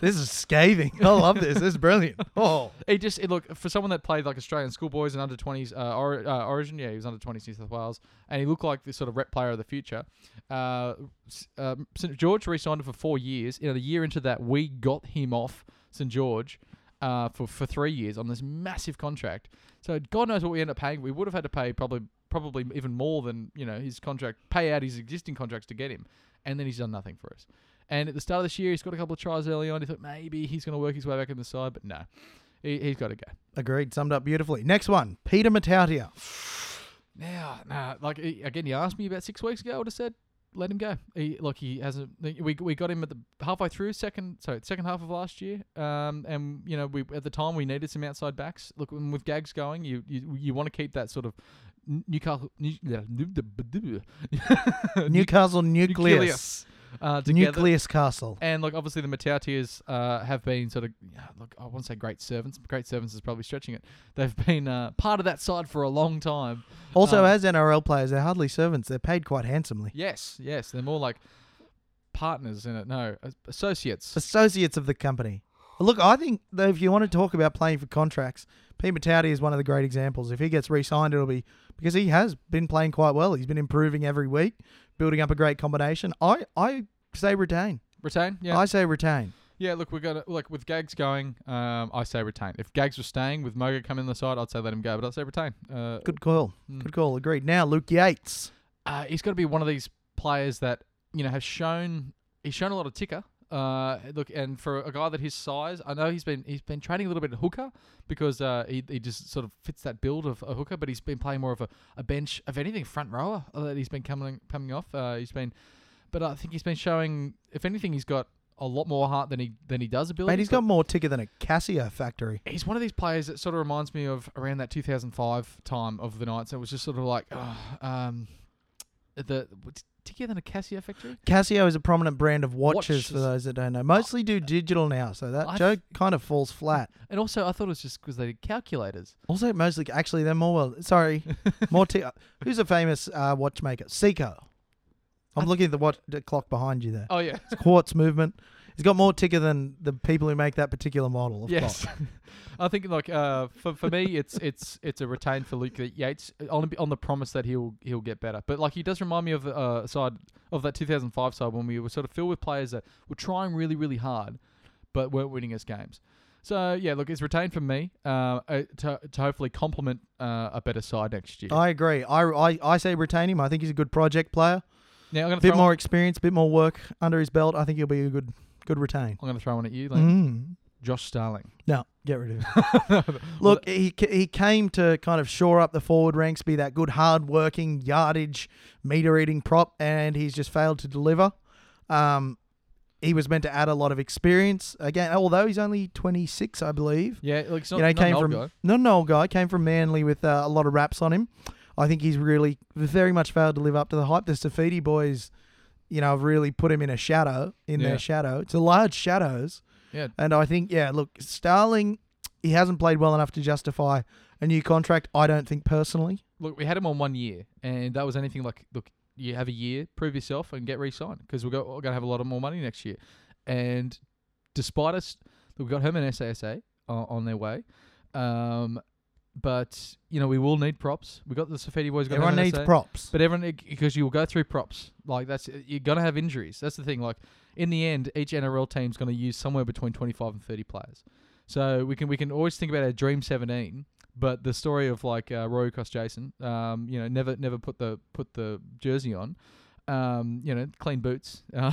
Speaker 3: This is scathing. *laughs* I love this. This is *laughs* brilliant. Oh,
Speaker 2: It just it look for someone that played like Australian schoolboys and under twenties uh, or, uh, origin. Yeah, he was under twenties New South Wales, and he looked like the sort of rep player of the future. Uh, s- um, St George re-signed him for four years. You know, the year into that, we got him off St George. Uh, for, for three years on this massive contract, so God knows what we end up paying. We would have had to pay probably probably even more than you know his contract, pay out his existing contracts to get him, and then he's done nothing for us. And at the start of this year, he's got a couple of tries early on. He thought maybe he's going to work his way back in the side, but no, he, he's got to go.
Speaker 3: agreed. Summed up beautifully. Next one, Peter Matautia. *laughs*
Speaker 2: Now, nah, like he- again, you asked me about six weeks ago. I would have said, let him go. He, like he hasn't. We, we got him at the halfway through second, so second half of last year. Um, and you know, we at the time we needed some outside backs. Look, when with Gags going, you you, you want to keep that sort of Newcastle New,
Speaker 3: Newcastle Nucleus.
Speaker 2: Nucleus. uh,
Speaker 3: The
Speaker 2: together.
Speaker 3: Nucleus Castle.
Speaker 2: And like obviously the Matautiers uh, have been sort of yeah, look I want to say great servants. Great servants is probably stretching it. They've been uh, part of that side for a long time.
Speaker 3: Also,
Speaker 2: Um,
Speaker 3: as NRL players, they're hardly servants. They're paid quite handsomely.
Speaker 2: Yes, yes, they're more like partners in it. No, as- associates.
Speaker 3: Associates of the company. Look, I think that if you want to talk about playing for contracts, Peter Matautia is one of the great examples. If he gets re-signed, it'll be because he has been playing quite well. He's been improving every week, building up a great combination. I, I say retain.
Speaker 2: Retain. Yeah,
Speaker 3: I say retain.
Speaker 2: yeah. Look, we're gonna like with Gags going. Um, I say retain. If Gags was staying with Moga coming in the side, I'd say let him go. But I'd say retain. Uh,
Speaker 3: Good call. Good call. Agreed. Now, Luke Yates.
Speaker 2: uh, he's got to be one of these players that you know has shown he's shown a lot of ticker. Uh, look, and for a guy that his size, I know he's been he's been training a little bit of hooker because uh, he he just sort of fits that build of a hooker, but he's been playing more of a, a bench of anything front rower uh, that he's been coming coming off. Uh, he's been, but I think he's been showing if anything he's got a lot more heart than he than he does ability.
Speaker 3: Mate, he's
Speaker 2: but-
Speaker 3: got more ticker than a Casio factory.
Speaker 2: he's one of these players that sort of reminds me of around that 2005 time of the Knights. It was just sort of like, oh, um, the what's- Tickier than a Casio factory.
Speaker 3: Casio is a prominent brand of watches,
Speaker 2: Watches.
Speaker 3: for those that don't know. Mostly do digital now, so that
Speaker 2: I
Speaker 3: joke kind of falls flat.
Speaker 2: And also, I thought it was just because they did calculators.
Speaker 3: Also, mostly actually they're more well. *laughs* Sorry, more ticker. Who's a famous uh, watchmaker? Seiko. I'm looking at the watch the clock behind you there.
Speaker 2: Oh yeah,
Speaker 3: It's quartz movement. He's got more ticker than the people who make that particular model of
Speaker 2: yes.
Speaker 3: clock.
Speaker 2: *laughs* I think like uh, for for me, it's it's it's a retain for Luke Yates on on the promise that he'll he'll get better. But like he does remind me of the uh, side of that 2005 side when we were sort of filled with players that were trying really really hard, but weren't winning us games. So yeah, look, it's retained for me uh, uh, to, to hopefully complement uh, a better side next year.
Speaker 3: I agree. I, I, I say retain him. I think he's a good project player.
Speaker 2: now I'm gonna
Speaker 3: A bit
Speaker 2: throw
Speaker 3: more experience, bit more work under his belt. I think he'll be a good good
Speaker 2: One,
Speaker 3: retain.
Speaker 2: I'm gonna throw one at you, Liam.
Speaker 3: Mm.
Speaker 2: Josh Starling.
Speaker 3: No, get rid of him. Look, he ca- he came to kind of shore up the forward ranks, be that good, hard-working yardage, meter-eating prop, and he's just failed to deliver. Um, he was meant to add a lot of experience again, although he's only 26, I believe.
Speaker 2: Yeah, like it's not,
Speaker 3: you know,
Speaker 2: not an
Speaker 3: came
Speaker 2: old
Speaker 3: from
Speaker 2: guy.
Speaker 3: not an old guy, came from Manly with uh, a lot of raps on him. I think he's really very much failed to live up to the hype. The Safidi boys, you know, have really put him in a shadow, in
Speaker 2: Yeah.
Speaker 3: their shadow. It's a large shadows.
Speaker 2: Yeah,
Speaker 3: And I think, yeah, look, Starling, he hasn't played well enough to justify a new contract, I don't think personally.
Speaker 2: look, we had him on one year, and that was anything like, look, you have a year, prove yourself, and get re-signed because we're, go- we're going to have a lot of more money next year. And despite us, we got him and SASA uh, on their way. Um, but you know we will need props. We got the Safety boys. Got
Speaker 3: Everyone
Speaker 2: nothing to
Speaker 3: needs
Speaker 2: say.
Speaker 3: props.
Speaker 2: But everyone, because you will go through props. Like that's you're gonna have injuries. That's the thing. Like in the end, each NRL team's gonna use somewhere between 25 and 30 players. So we can we can always think about our dream 17. But the story of like uh, Rory Cross Jason, um, you know, never never put the put the jersey on. Um, you know, clean boots. *laughs* Uh,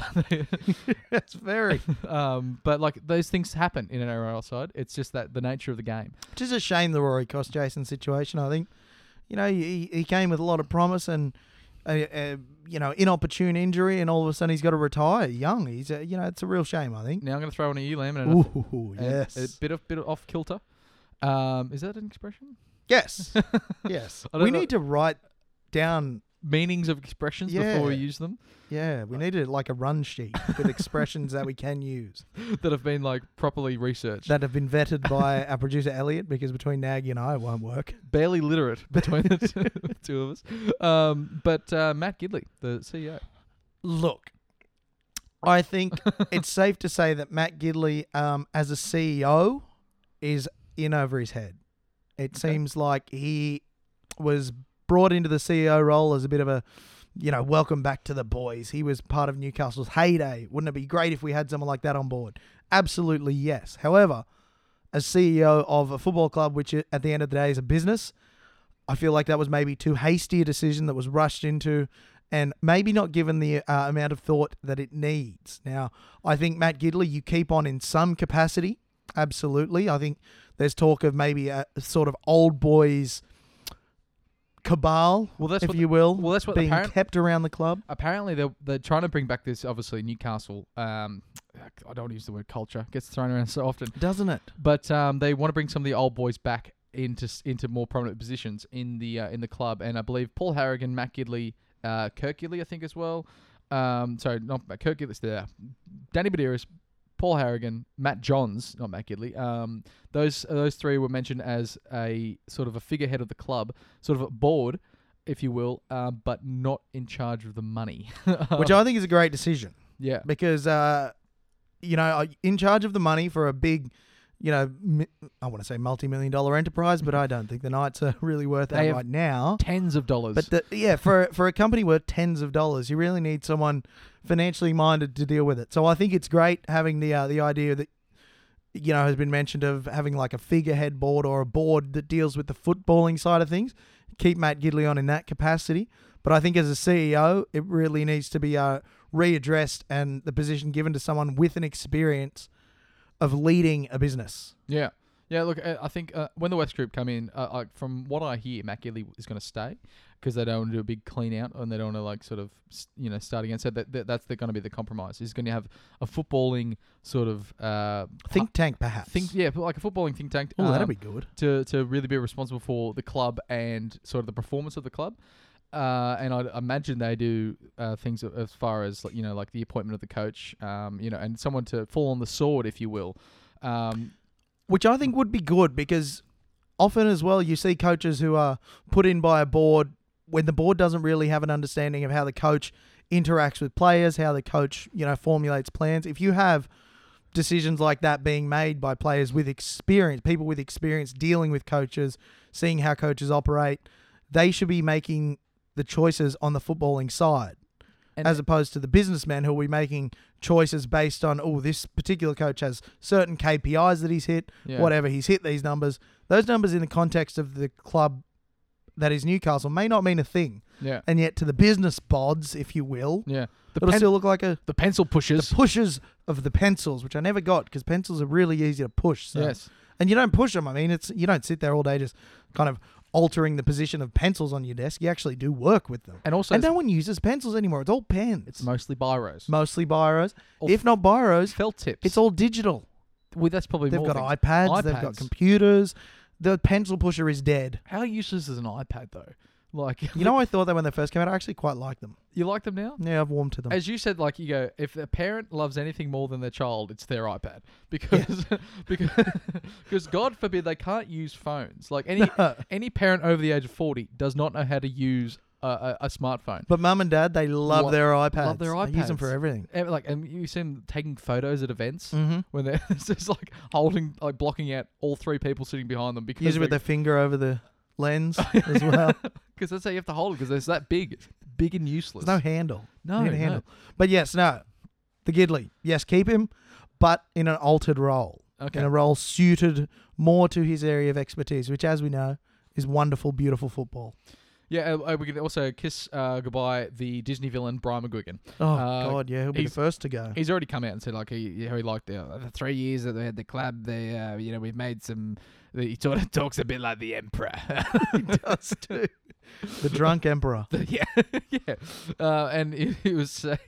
Speaker 3: That's *laughs* very.
Speaker 2: um, but like those things happen in an NRL side. It's just that the nature of the game.
Speaker 3: Which is a shame, the Rory Cost Jason situation. I think, you know, he, he came with a lot of promise and, a, a, you know, inopportune injury, and all of a sudden he's got to retire young. He's, a, you know, it's a real shame. I think.
Speaker 2: Now I'm gonna throw one at you, Lamb, and a-
Speaker 3: Ooh,
Speaker 2: and
Speaker 3: yes,
Speaker 2: a bit of bit of off kilter. Um, is that an expression?
Speaker 3: *laughs* yes, yes.
Speaker 2: I don't
Speaker 3: We
Speaker 2: know-
Speaker 3: need to write down.
Speaker 2: meanings of expressions before we
Speaker 3: Yeah.
Speaker 2: use them *laughs*
Speaker 3: Yeah, we need it like a run sheet with expressions that we can *laughs* use
Speaker 2: that have been like properly researched.
Speaker 3: that have been vetted by our producer Elliot because between Nagy and I, it won't work.
Speaker 2: Barely
Speaker 3: *laughs*
Speaker 2: literate between the two, *laughs* two of us. Um, but uh, Matt Gidley, the E CEO,
Speaker 3: look, I think it's safe to say that Matt Gidley, um, as a CEO, is in over his head. It seems like he was brought into the CEO role as a bit of a, you know, welcome back to the boys. He was part of Newcastle's heyday. Wouldn't it be great if we had someone like that on board? Absolutely, yes. However, as CEO of a football club, which at the end of the day is a business, I feel like that was maybe too hasty a decision that was rushed into and maybe not given the uh, amount of thought that it needs. Now, I think Matt Gidley, you keep on in some capacity. Absolutely. I think there's talk of maybe a sort of old boys cabal,
Speaker 2: Well, that's
Speaker 3: if
Speaker 2: what
Speaker 3: you
Speaker 2: the-
Speaker 3: will,
Speaker 2: well, that's what the
Speaker 3: being
Speaker 2: parent-
Speaker 3: kept around the club.
Speaker 2: apparently they're, they're trying to bring back this, obviously, Newcastle. Um, I don't want to use the word culture, gets thrown around so often.
Speaker 3: Doesn't it?
Speaker 2: But um, they want to bring some of the old boys back into s- into more prominent positions in the uh, in the club, and I believe Paul Harrigan, Matt Gidley, uh, Kirk Gidley, I think as well. Um, sorry, not Matt Kirk Gidley. There, uh, Danny Badiris, Paul Harrigan, Matt Johns, not Matt Gidley. Um, those those three were mentioned as a sort of a figurehead of the club, sort of a board, if you will, uh, but not in charge of the money. *laughs*
Speaker 3: Which I think is a great decision.
Speaker 2: yeah,
Speaker 3: because uh, you know, I- in charge of the money for a big, you know, mi- I want to say multi-million dollar enterprise, but I don't think the Knights are *laughs* really worth that
Speaker 2: Mm-hmm. They have
Speaker 3: right now.
Speaker 2: tens of dollars.
Speaker 3: But the, yeah, for for a company worth tens of dollars, you really need someone financially minded to deal with it. So I think it's great having the uh, the idea that you know has been mentioned of having like a figurehead board or a board that deals with the footballing side of things. Keep Matt Gidley on in that capacity, but I think as a CEO, it really needs to be uh, readdressed and the position given to someone with an experience of leading a business.
Speaker 2: Yeah. Yeah, look, I I think uh, when the West Group come in, uh, like from what I hear, Matt Gidley is going to stay because they don't want to do a big clean out and they don't want to like sort of s- you know start again. So that, that that's going to be the compromise. He's going to have a footballing sort of uh,
Speaker 3: Think tank, perhaps.
Speaker 2: think, yeah, like a footballing think tank.
Speaker 3: Oh,
Speaker 2: um,
Speaker 3: that'd be good.
Speaker 2: to to really be responsible for the club and sort of the performance of the club. Uh, and I imagine they do uh, things a- as far as like, you know, like the appointment of the coach, um, you know, and someone to fall on the sword, if you will. Um,
Speaker 3: which I think would be good because often as well you see coaches who are put in by a board when the board doesn't really have an understanding of how the coach interacts with players, how the coach you know formulates plans. If you have decisions like that being made by players with experience, people with experience dealing with coaches, seeing how coaches operate, they should be making the choices on the footballing side.
Speaker 2: And-
Speaker 3: as opposed to the businessman who will be making choices based on, oh, this particular coach has certain KPIs that he's hit,
Speaker 2: Yeah.
Speaker 3: whatever he's hit these numbers. Those numbers in the context of the club that is Newcastle may not mean a thing.
Speaker 2: yeah.
Speaker 3: And yet to the business bods, if you will,
Speaker 2: Yeah. The,
Speaker 3: it'll
Speaker 2: pen-
Speaker 3: still look like a
Speaker 2: the pencil pushes.
Speaker 3: pushes of the pencils, which I never got because pencils are really easy to push. So.
Speaker 2: Yes.
Speaker 3: And you don't push them. I mean, it's you don't sit there all day just kind of altering the position of pencils on your desk. You actually do work with them.
Speaker 2: And also,
Speaker 3: and
Speaker 2: it's,
Speaker 3: no one uses pencils anymore. It's all pens.
Speaker 2: it's mostly biros.
Speaker 3: mostly biros.
Speaker 2: Or
Speaker 3: if not biros,
Speaker 2: felt tips.
Speaker 3: it's all digital.
Speaker 2: well, that's probably
Speaker 3: They've
Speaker 2: more
Speaker 3: got
Speaker 2: things.
Speaker 3: iPads, they've got
Speaker 2: iPads.
Speaker 3: computers. The pencil pusher is dead.
Speaker 2: How useless is an iPad though? Like
Speaker 3: You know, I thought that when they first came out, I actually quite liked them.
Speaker 2: *laughs* you like them now?
Speaker 3: Yeah, I've warmed to them.
Speaker 2: As you said, like you go, if a parent loves anything more than their child, it's their iPad *laughs* because because *laughs* because God
Speaker 3: *laughs*
Speaker 2: forbid they can't use phones. Like any any parent over the age of forty does not know how to use a, a, a smartphone.
Speaker 3: But mum and dad, they love
Speaker 2: Lo-
Speaker 3: their iPads.
Speaker 2: love their
Speaker 3: They use them
Speaker 2: iPads.
Speaker 3: for everything.
Speaker 2: And, like, and you see them taking photos at events
Speaker 3: Mhm.
Speaker 2: when they're *laughs* it's just like holding, like blocking out all three people sitting behind them because
Speaker 3: Use it with their
Speaker 2: they're-
Speaker 3: finger over the
Speaker 2: *laughs*
Speaker 3: lens as well.
Speaker 2: 'cause that's how you have to hold it because it's that big, It's big and useless.
Speaker 3: There's no handle.
Speaker 2: No,
Speaker 3: You need a
Speaker 2: no.
Speaker 3: handle. But yes, no. The Gidley. Yes, keep him, but in an altered role.
Speaker 2: Okay.
Speaker 3: In a role suited more to his area of expertise, which, as we know, is wonderful, beautiful football.
Speaker 2: yeah, uh, uh, we can also kiss uh, goodbye the Disney villain Brian McGuigan.
Speaker 3: Oh,
Speaker 2: Uh,
Speaker 3: God, yeah. He'll be the
Speaker 2: he's-
Speaker 3: first to go.
Speaker 2: He's already come out and said like he how he liked the, uh, the three years that they had the club. They uh, you know we've made some. He sort of *laughs* talks a bit like the emperor. *laughs*
Speaker 3: does too. The drunk emperor.
Speaker 2: yeah, *laughs* yeah. Uh, and *laughs* he, he was say,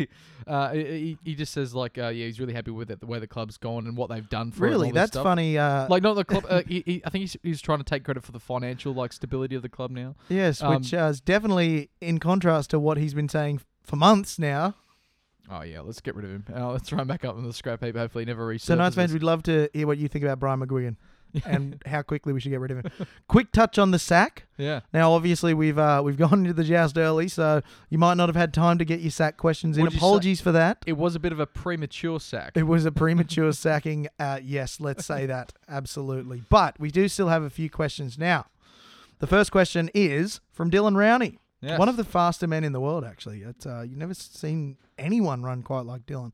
Speaker 2: uh, he, he just says like uh, yeah, he's really happy with it, the way the club's gone and what they've done for it and
Speaker 3: Really,
Speaker 2: all this
Speaker 3: that's
Speaker 2: stuff.
Speaker 3: funny. Uh,
Speaker 2: Like not the club. Uh, he, he, I think he's, he's trying to take credit for the financial like stability of the club now.
Speaker 3: yes,
Speaker 2: um,
Speaker 3: which uh, is definitely in contrast to what he's been saying for months now.
Speaker 2: Oh yeah, let's get rid of him. *laughs* Uh, let's throw him back up in the scrap heap. Hopefully, he never resurfaces.
Speaker 3: So, Knights fans, we'd love to hear what you think about
Speaker 2: *laughs*
Speaker 3: Brian McGuigan and how quickly we should get rid of him. Quick touch on the sack.
Speaker 2: yeah.
Speaker 3: Now, obviously, we've uh, we've *laughs* gone into the joust early, so you might not have had time to get your sack questions in.
Speaker 2: What'd you say?
Speaker 3: Apologies for that.
Speaker 2: It was a bit of a premature sack.
Speaker 3: It was a premature *laughs* sacking. Uh, yes, let's say that. Absolutely. But we do still have a few questions now. The first question is from Dylan Rowney.
Speaker 2: Yes.
Speaker 3: One of the faster men in the world, actually. It's, uh, you've never seen anyone run quite like Dylan.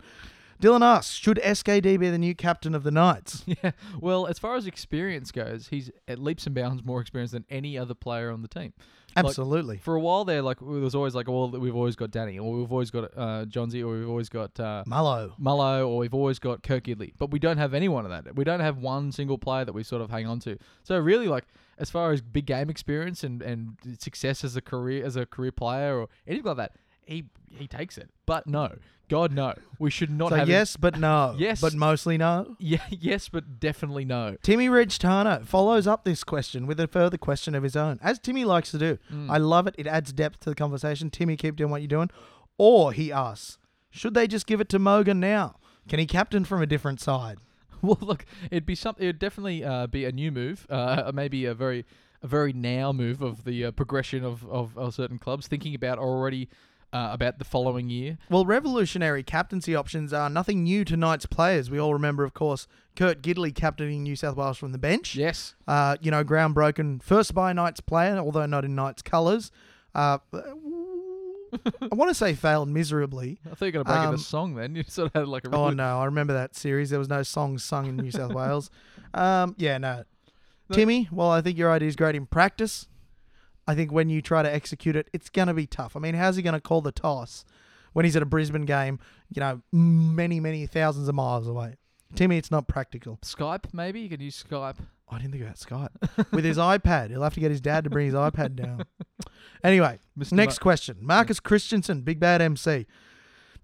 Speaker 3: Dylan asks Should SKD be the new captain of
Speaker 2: *laughs*
Speaker 3: the Knights?
Speaker 2: *laughs* Yeah. Well, as far as experience goes, he's at leaps and bounds more experienced than any other player on the team.
Speaker 3: Absolutely.
Speaker 2: For a while there, like there was always like, well, we've always got Danny, or we've always got uh, Johnsy, or we've always got uh,
Speaker 3: Mallow.
Speaker 2: Mullo, or we've always got Kirkidley. But we don't have any one of that. We don't have one single player that we sort of hang on to. So really, like as far as big game experience and and success as a career as a career player or anything like that, he he takes it. But no, God no, we should not
Speaker 3: So,
Speaker 2: have. him-
Speaker 3: yes, but no.
Speaker 2: Yes.
Speaker 3: But mostly no.
Speaker 2: *laughs* Yeah. Yes, but definitely no.
Speaker 3: Timmy Regtano follows up this question with a further question of his own, as Timmy likes to do.
Speaker 2: Hmm.
Speaker 3: I love it. It adds depth to the conversation. Timmy, keep doing what you're doing. Or he asks, should they just give it to Mogan now? Can he captain from a different side?
Speaker 2: *laughs* Well, look, it'd be something. It'd definitely uh, be a new move. Uh, maybe a very, a very now move of the uh, progression of, of of certain clubs, thinking about already uh, about the following year.
Speaker 3: Well, revolutionary captaincy options are nothing new to Knights players. We all remember, of course, Kurt Gidley captaining New South Wales from the bench.
Speaker 2: Yes.
Speaker 3: uh, you know, ground broken first by a Knights player, although not in Knights colours. Uh, *laughs* I want to say failed miserably.
Speaker 2: I thought you were going to break
Speaker 3: Um,
Speaker 2: into song then. You sort of had like a
Speaker 3: Oh
Speaker 2: really-
Speaker 3: no, I remember that series. There was no songs sung in New *laughs* South Wales. Um, yeah, no. Timmy, well, I think your idea is great in practice. I think when you try to execute it, it's going to be tough. I mean, how's he going to call the toss when he's at a Brisbane game, you know, many, many thousands of miles away? Timmy, it's not practical.
Speaker 2: Skype. Maybe you could use Skype.
Speaker 3: I didn't think about Skype. With *laughs* his iPad, he'll have to get his dad to bring his iPad down. Anyway,
Speaker 2: Mr.
Speaker 3: next
Speaker 2: Ma-
Speaker 3: question. Marcus Christensen, Big Bad MC.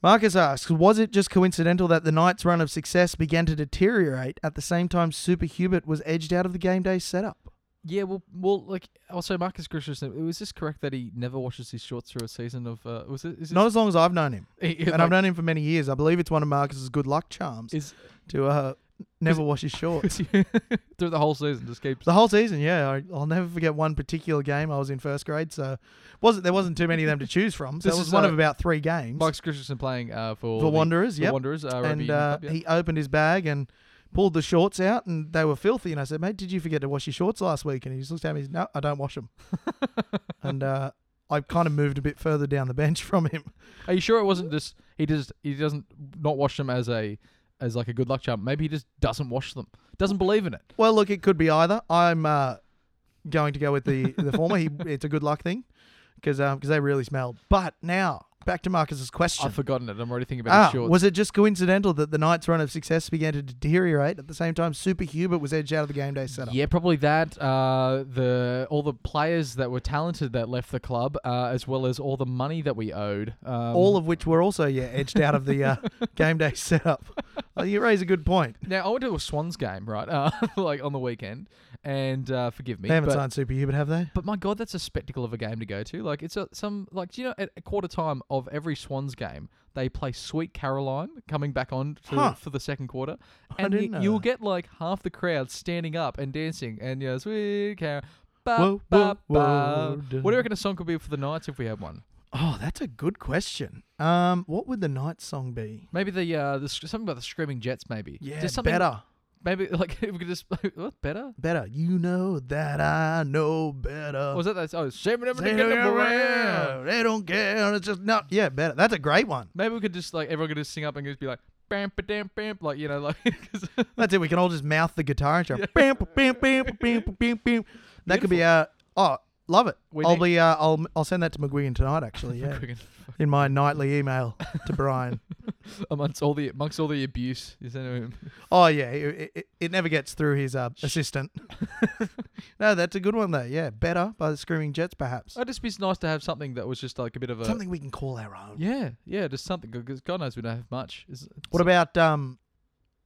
Speaker 3: Marcus asks, was it just coincidental that the Knights' run of success began to deteriorate at the same time Super Hubert was edged out of the game day setup?
Speaker 2: Yeah. Well, well, like also Marcus Christensen. Was this correct that he never washes his shorts through a season of? Uh, was it? Is *laughs*
Speaker 3: Not as long as I've known him,
Speaker 2: this,
Speaker 3: and I've known him for many years. I believe it's one of Marcus's good luck charms *laughs*
Speaker 2: Is
Speaker 3: to uh, never wash his shorts.
Speaker 2: *laughs* through the whole season just keeps.
Speaker 3: The whole season, yeah. I, I'll never forget one particular game. I was in first grade, so wasn't there wasn't too many of them to choose
Speaker 2: *laughs*
Speaker 3: from. So
Speaker 2: This
Speaker 3: it was
Speaker 2: is,
Speaker 3: one
Speaker 2: uh,
Speaker 3: of about three games.
Speaker 2: Marcus Christensen playing uh, for
Speaker 3: For
Speaker 2: the-
Speaker 3: Wanderers,
Speaker 2: the
Speaker 3: yep.
Speaker 2: Wanderers, uh, rugby
Speaker 3: and
Speaker 2: union
Speaker 3: uh,
Speaker 2: club, yeah.
Speaker 3: he opened his bag and pulled the shorts out, and they were filthy. And I said, "Mate, did you forget to wash your shorts last week?" And he just looked at me. and said, No, I
Speaker 2: *laughs*
Speaker 3: don't wash them. and uh, I kind of moved a bit further down the bench *laughs* from him.
Speaker 2: Are you sure it wasn't just he just he doesn't not wash them as a as like a good luck charm? Maybe he just doesn't wash them. Doesn't believe in it.
Speaker 3: Well, look, it could be either. I'm uh, going to go with the the former.
Speaker 2: *laughs*
Speaker 3: He, it's a good luck thing because they really smelled. But now back to Marcus's question.
Speaker 2: I've forgotten it. I'm already thinking about
Speaker 3: Ah,
Speaker 2: his shorts.
Speaker 3: was it just coincidental that the Knights' run of success began to deteriorate at the same time Super Hubert was edged out of the game day setup?
Speaker 2: yeah, probably that. Uh, the all the players that were talented that left the club, uh, as well as all the money that we owed. Um,
Speaker 3: All of which were also yeah edged out of
Speaker 2: *laughs*
Speaker 3: the uh, game day setup. Uh, you raise a good point.
Speaker 2: now I went to a Swans game right, *laughs* uh, like on the weekend, and uh, forgive me,
Speaker 3: They haven't
Speaker 2: but
Speaker 3: signed Super Hubert, have they?
Speaker 2: But my god, that's a spectacle of a game to go to. Like it's a, some like do you know at a quarter time of every Swans game they play Sweet Caroline coming back on to,
Speaker 3: Huh.
Speaker 2: for the second quarter,
Speaker 3: I
Speaker 2: and
Speaker 3: didn't know
Speaker 2: you, will
Speaker 3: that.
Speaker 2: get like half the crowd standing up and dancing and you know Sweet Caroline. ba,
Speaker 3: Whoa,
Speaker 2: ba,
Speaker 3: whoa,
Speaker 2: ba.
Speaker 3: whoa,
Speaker 2: What do
Speaker 3: da.
Speaker 2: you reckon a song could be for the Knights if we had one?
Speaker 3: Oh, that's a good question. Um, what would the night song be?
Speaker 2: Maybe the uh, the sc- something about the screaming jets. Maybe
Speaker 3: Yeah,
Speaker 2: Just something-
Speaker 3: better,
Speaker 2: Maybe *laughs* like if we could just what better.
Speaker 3: better. You know that I know better.
Speaker 2: Or was that that? Oh, shaming them
Speaker 3: they,
Speaker 2: to get
Speaker 3: don't
Speaker 2: them around.
Speaker 3: care. They don't care. It's just not. Yeah, better. That's a great one.
Speaker 2: Maybe we could just like everyone could just sing up and just be like bam ba dam bam like you know like *laughs* 'cause-
Speaker 3: That's it. We can all just mouth the guitar intro. Bam, ba, bam, bam, ba, bam, ba, bam, bam. That could be uh oh, love it.
Speaker 2: We *laughs*
Speaker 3: I'll
Speaker 2: need-
Speaker 3: be uh, I'll I'll send that to McGuigan
Speaker 2: *laughs*
Speaker 3: tonight actually. Yeah, in my nightly email to Brian.
Speaker 2: amongst all the amongst all the abuse you send to him.
Speaker 3: oh yeah, it, it, it never gets through his uh, assistant. *laughs* no, that's a good one though. Yeah, better by the Screaming Jets perhaps.
Speaker 2: It'd just be nice to have something that was just like a bit of a
Speaker 3: Something we can call our own.
Speaker 2: Yeah, yeah, just something because God knows we don't have much. Is,
Speaker 3: What about um,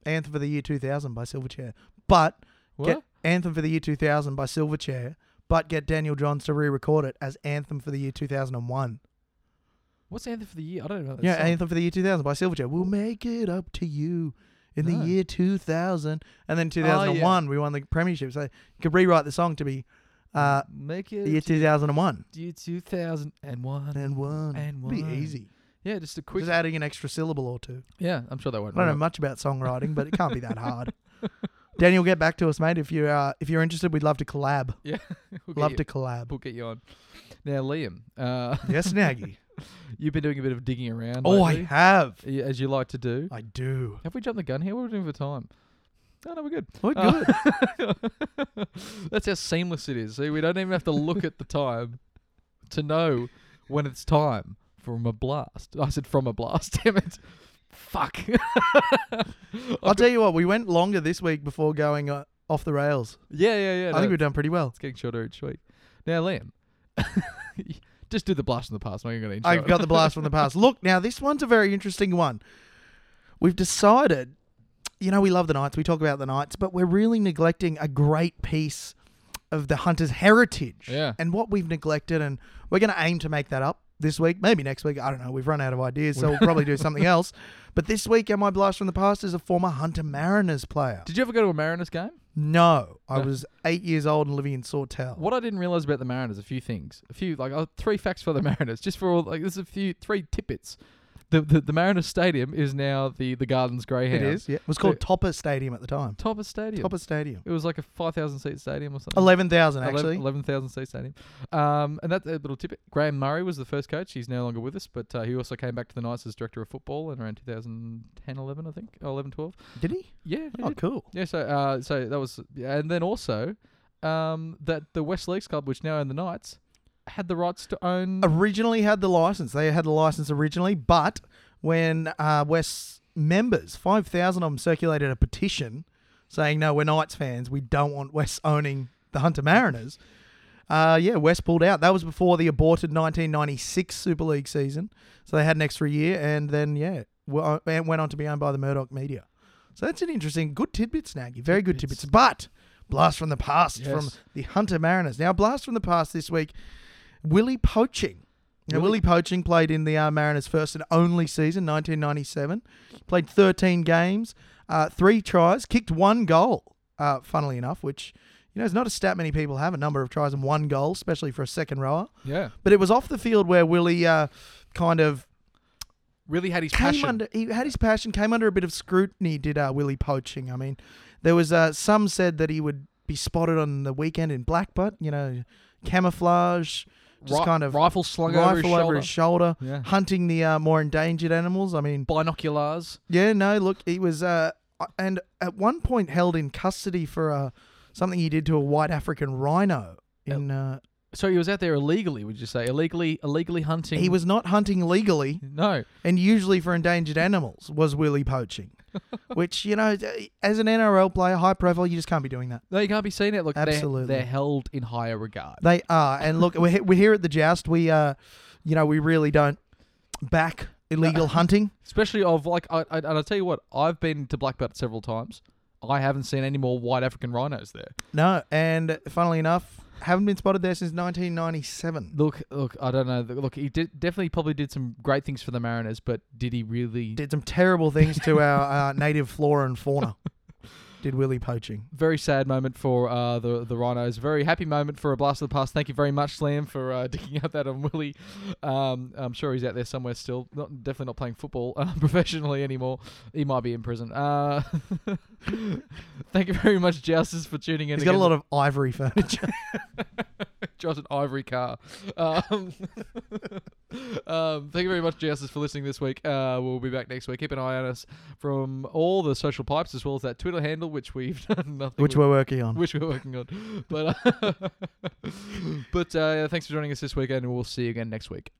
Speaker 3: Anthem for the Year 2000 by Silverchair? But
Speaker 2: What?
Speaker 3: get Anthem for the Year 2000 by Silverchair, but get Daniel Johns to re-record it as Anthem for the Year 2001.
Speaker 2: What's the anthem for the year? I don't know. that
Speaker 3: Yeah,
Speaker 2: song.
Speaker 3: Anthem for the Year 2000 by Silverchair. We'll make it up to you in
Speaker 2: No.
Speaker 3: the year 2000. And then 2001, we won the premiership. So you could rewrite the song to be uh,
Speaker 2: make
Speaker 3: the year
Speaker 2: it
Speaker 3: 2001.
Speaker 2: year two thousand and one.
Speaker 3: And one.
Speaker 2: And
Speaker 3: It'd
Speaker 2: one.
Speaker 3: Be easy.
Speaker 2: Yeah, just a quick.
Speaker 3: Just adding an extra syllable or two.
Speaker 2: yeah, I'm sure that won't.
Speaker 3: I don't know
Speaker 2: run
Speaker 3: much about songwriting, but it can't
Speaker 2: *laughs*
Speaker 3: be that hard. Daniel, get back to us, mate. If you're uh, if you're interested, we'd love to collab.
Speaker 2: up. Yeah, we'll get
Speaker 3: Love
Speaker 2: you,
Speaker 3: to collab.
Speaker 2: We'll get you on. Now, Liam, uh,
Speaker 3: *laughs* Yes, Nagy.
Speaker 2: *laughs* you've been doing a bit of digging around.
Speaker 3: oh, I
Speaker 2: lately,
Speaker 3: have.
Speaker 2: y- as you like to do.
Speaker 3: I do.
Speaker 2: Have we jumped the gun here? What are we doing for time? Oh no, we're good.
Speaker 3: *laughs* We're
Speaker 2: Uh,
Speaker 3: good.
Speaker 2: *laughs* That's how seamless it is. See, we don't even have to look at the time to know when it's time from a blast. I said from a blast. *laughs* Damn it. Fuck. *laughs*
Speaker 3: I'll tell you what. We went longer this week before going uh, off the rails.
Speaker 2: Yeah, yeah, yeah.
Speaker 3: I think
Speaker 2: no,
Speaker 3: we've done pretty well.
Speaker 2: it's getting shorter each week. Now, Liam, *laughs* just do the blast from the past. I'm not going to.
Speaker 3: I've got the blast from the past. Look, now this one's a very interesting one. We've decided, you know, we love the Knights. We talk about the Knights, but we're really neglecting a great piece of the Hunter's heritage
Speaker 2: Yeah.
Speaker 3: and what we've neglected. And we're going to aim to make that up this week, maybe next week. I don't know. We've run out of ideas, so we'll
Speaker 2: *laughs*
Speaker 3: probably do something else. But this week, and my blast from the past is a former Hunter Mariners player.
Speaker 2: *laughs* Did you ever go to a Mariners game?
Speaker 3: No, I
Speaker 2: No.
Speaker 3: was eight years old and living in Sawtell.
Speaker 2: What I didn't realize about the Mariners, a few things, a few like uh, three facts for the *laughs* Mariners, just for all like this is a few three tidbits. The, the the Mariners Stadium is now the the Gardens Greyhound.
Speaker 3: It is. Yeah, it was
Speaker 2: So-
Speaker 3: called Topper Stadium at the time.
Speaker 2: Topper Stadium.
Speaker 3: Topper Stadium.
Speaker 2: It was like a five thousand seat stadium or something.
Speaker 3: Eleven thousand
Speaker 2: Eleven-
Speaker 3: actually.
Speaker 2: 11,000 seat stadium. Um, and that a little tip. Graham Murray was the first coach. He's no longer with us, but uh, he also came back to the Knights as director of football in around 2010, 11, I think, or 11, 12.
Speaker 3: Did he?
Speaker 2: Yeah. he
Speaker 3: Oh,
Speaker 2: did.
Speaker 3: cool.
Speaker 2: Yeah. So, uh, so that was, and then also, um, that the West Leagues Club, which now own the Knights, had the rights to own.
Speaker 3: Originally had the license. They had the license originally, but when uh, West's members, 5,000 of them circulated a petition saying, no, we're Knights fans. We don't want West owning the Hunter Mariners. Uh, yeah, West pulled out. That was before the aborted 1996 Super League season. So they had an extra year and then, yeah, wo- and went on to be owned by the Murdoch media. So that's an interesting, good tidbit, Snaggy. Very good
Speaker 2: Tidbits.
Speaker 3: tidbits. But blast from the past from
Speaker 2: Yes.
Speaker 3: the Hunter Mariners. Now, blast from the past this week Willie Poaching. Now,
Speaker 2: Willie-
Speaker 3: Willie Poaching played in the uh, Mariners' first and only season, 1997. Played 13 games, uh, three tries, kicked one goal, uh, funnily enough, which, you know, is not a stat many people have a number of tries and one goal, especially for a second rower.
Speaker 2: Yeah.
Speaker 3: But it was off the field where Willie uh, kind of
Speaker 2: Really had his
Speaker 3: came
Speaker 2: passion.
Speaker 3: under he had his passion came under a bit of scrutiny did uh, Willie poaching I mean there was uh, some said that he would be spotted on the weekend in blackbutt you know camouflage just
Speaker 2: Ri-
Speaker 3: kind of
Speaker 2: rifle slung over his
Speaker 3: rifle
Speaker 2: shoulder.
Speaker 3: shoulder,
Speaker 2: Yeah.
Speaker 3: hunting the uh, more endangered animals I mean
Speaker 2: Binoculars.
Speaker 3: yeah no look he was uh, and at one point held in custody for uh, something he did to a white African rhino in uh,
Speaker 2: So he was out there illegally. Would you say illegally? Illegally hunting.
Speaker 3: he was not hunting legally
Speaker 2: no.
Speaker 3: and usually for endangered animals was Willie poaching, which you know, as an NRL player, high profile, you just can't be doing that.
Speaker 2: No, you can't be seen it. Look, they're-
Speaker 3: Absolutely.
Speaker 2: they're held in higher regard.
Speaker 3: They are, and look, we're, he- we're here at the joust. We, uh, you know, we really don't back illegal hunting.
Speaker 2: especially of like I, I and I'll tell you what I've been to Blackbutt several times. I haven't seen any more white African rhinos there.
Speaker 3: No, and funnily enough, haven't been spotted there since 1997.
Speaker 2: Look, look, I don't know. Look, he did definitely probably did some great things for the Mariners, but did he really?
Speaker 3: Did some terrible things to our uh, native flora and fauna. did Willie poaching.
Speaker 2: Very sad moment for uh, the the Rhinos. Very happy moment for a blast of the past. Thank you very much, Liam, for uh, *laughs* digging out that on Willie. Um, I'm sure he's out there somewhere still. Not definitely not playing football *laughs* uh, professionally anymore. He might be in prison. Uh, *laughs* thank you very much, Jousters, for tuning in.
Speaker 3: He's got a lot of ivory furniture.
Speaker 2: Drives an ivory car. Um, *laughs* um, thank you very much, Jousters, for listening this week. Uh, we'll be back next week. Keep an eye on us from all the social pipes as well as that Twitter handle, which we've *laughs* done nothing.
Speaker 3: which
Speaker 2: with-
Speaker 3: we're working on.
Speaker 2: which we're working on. But uh, *laughs* but uh, yeah, thanks for joining us this
Speaker 3: *laughs*
Speaker 2: weekend, and we'll see you again next week.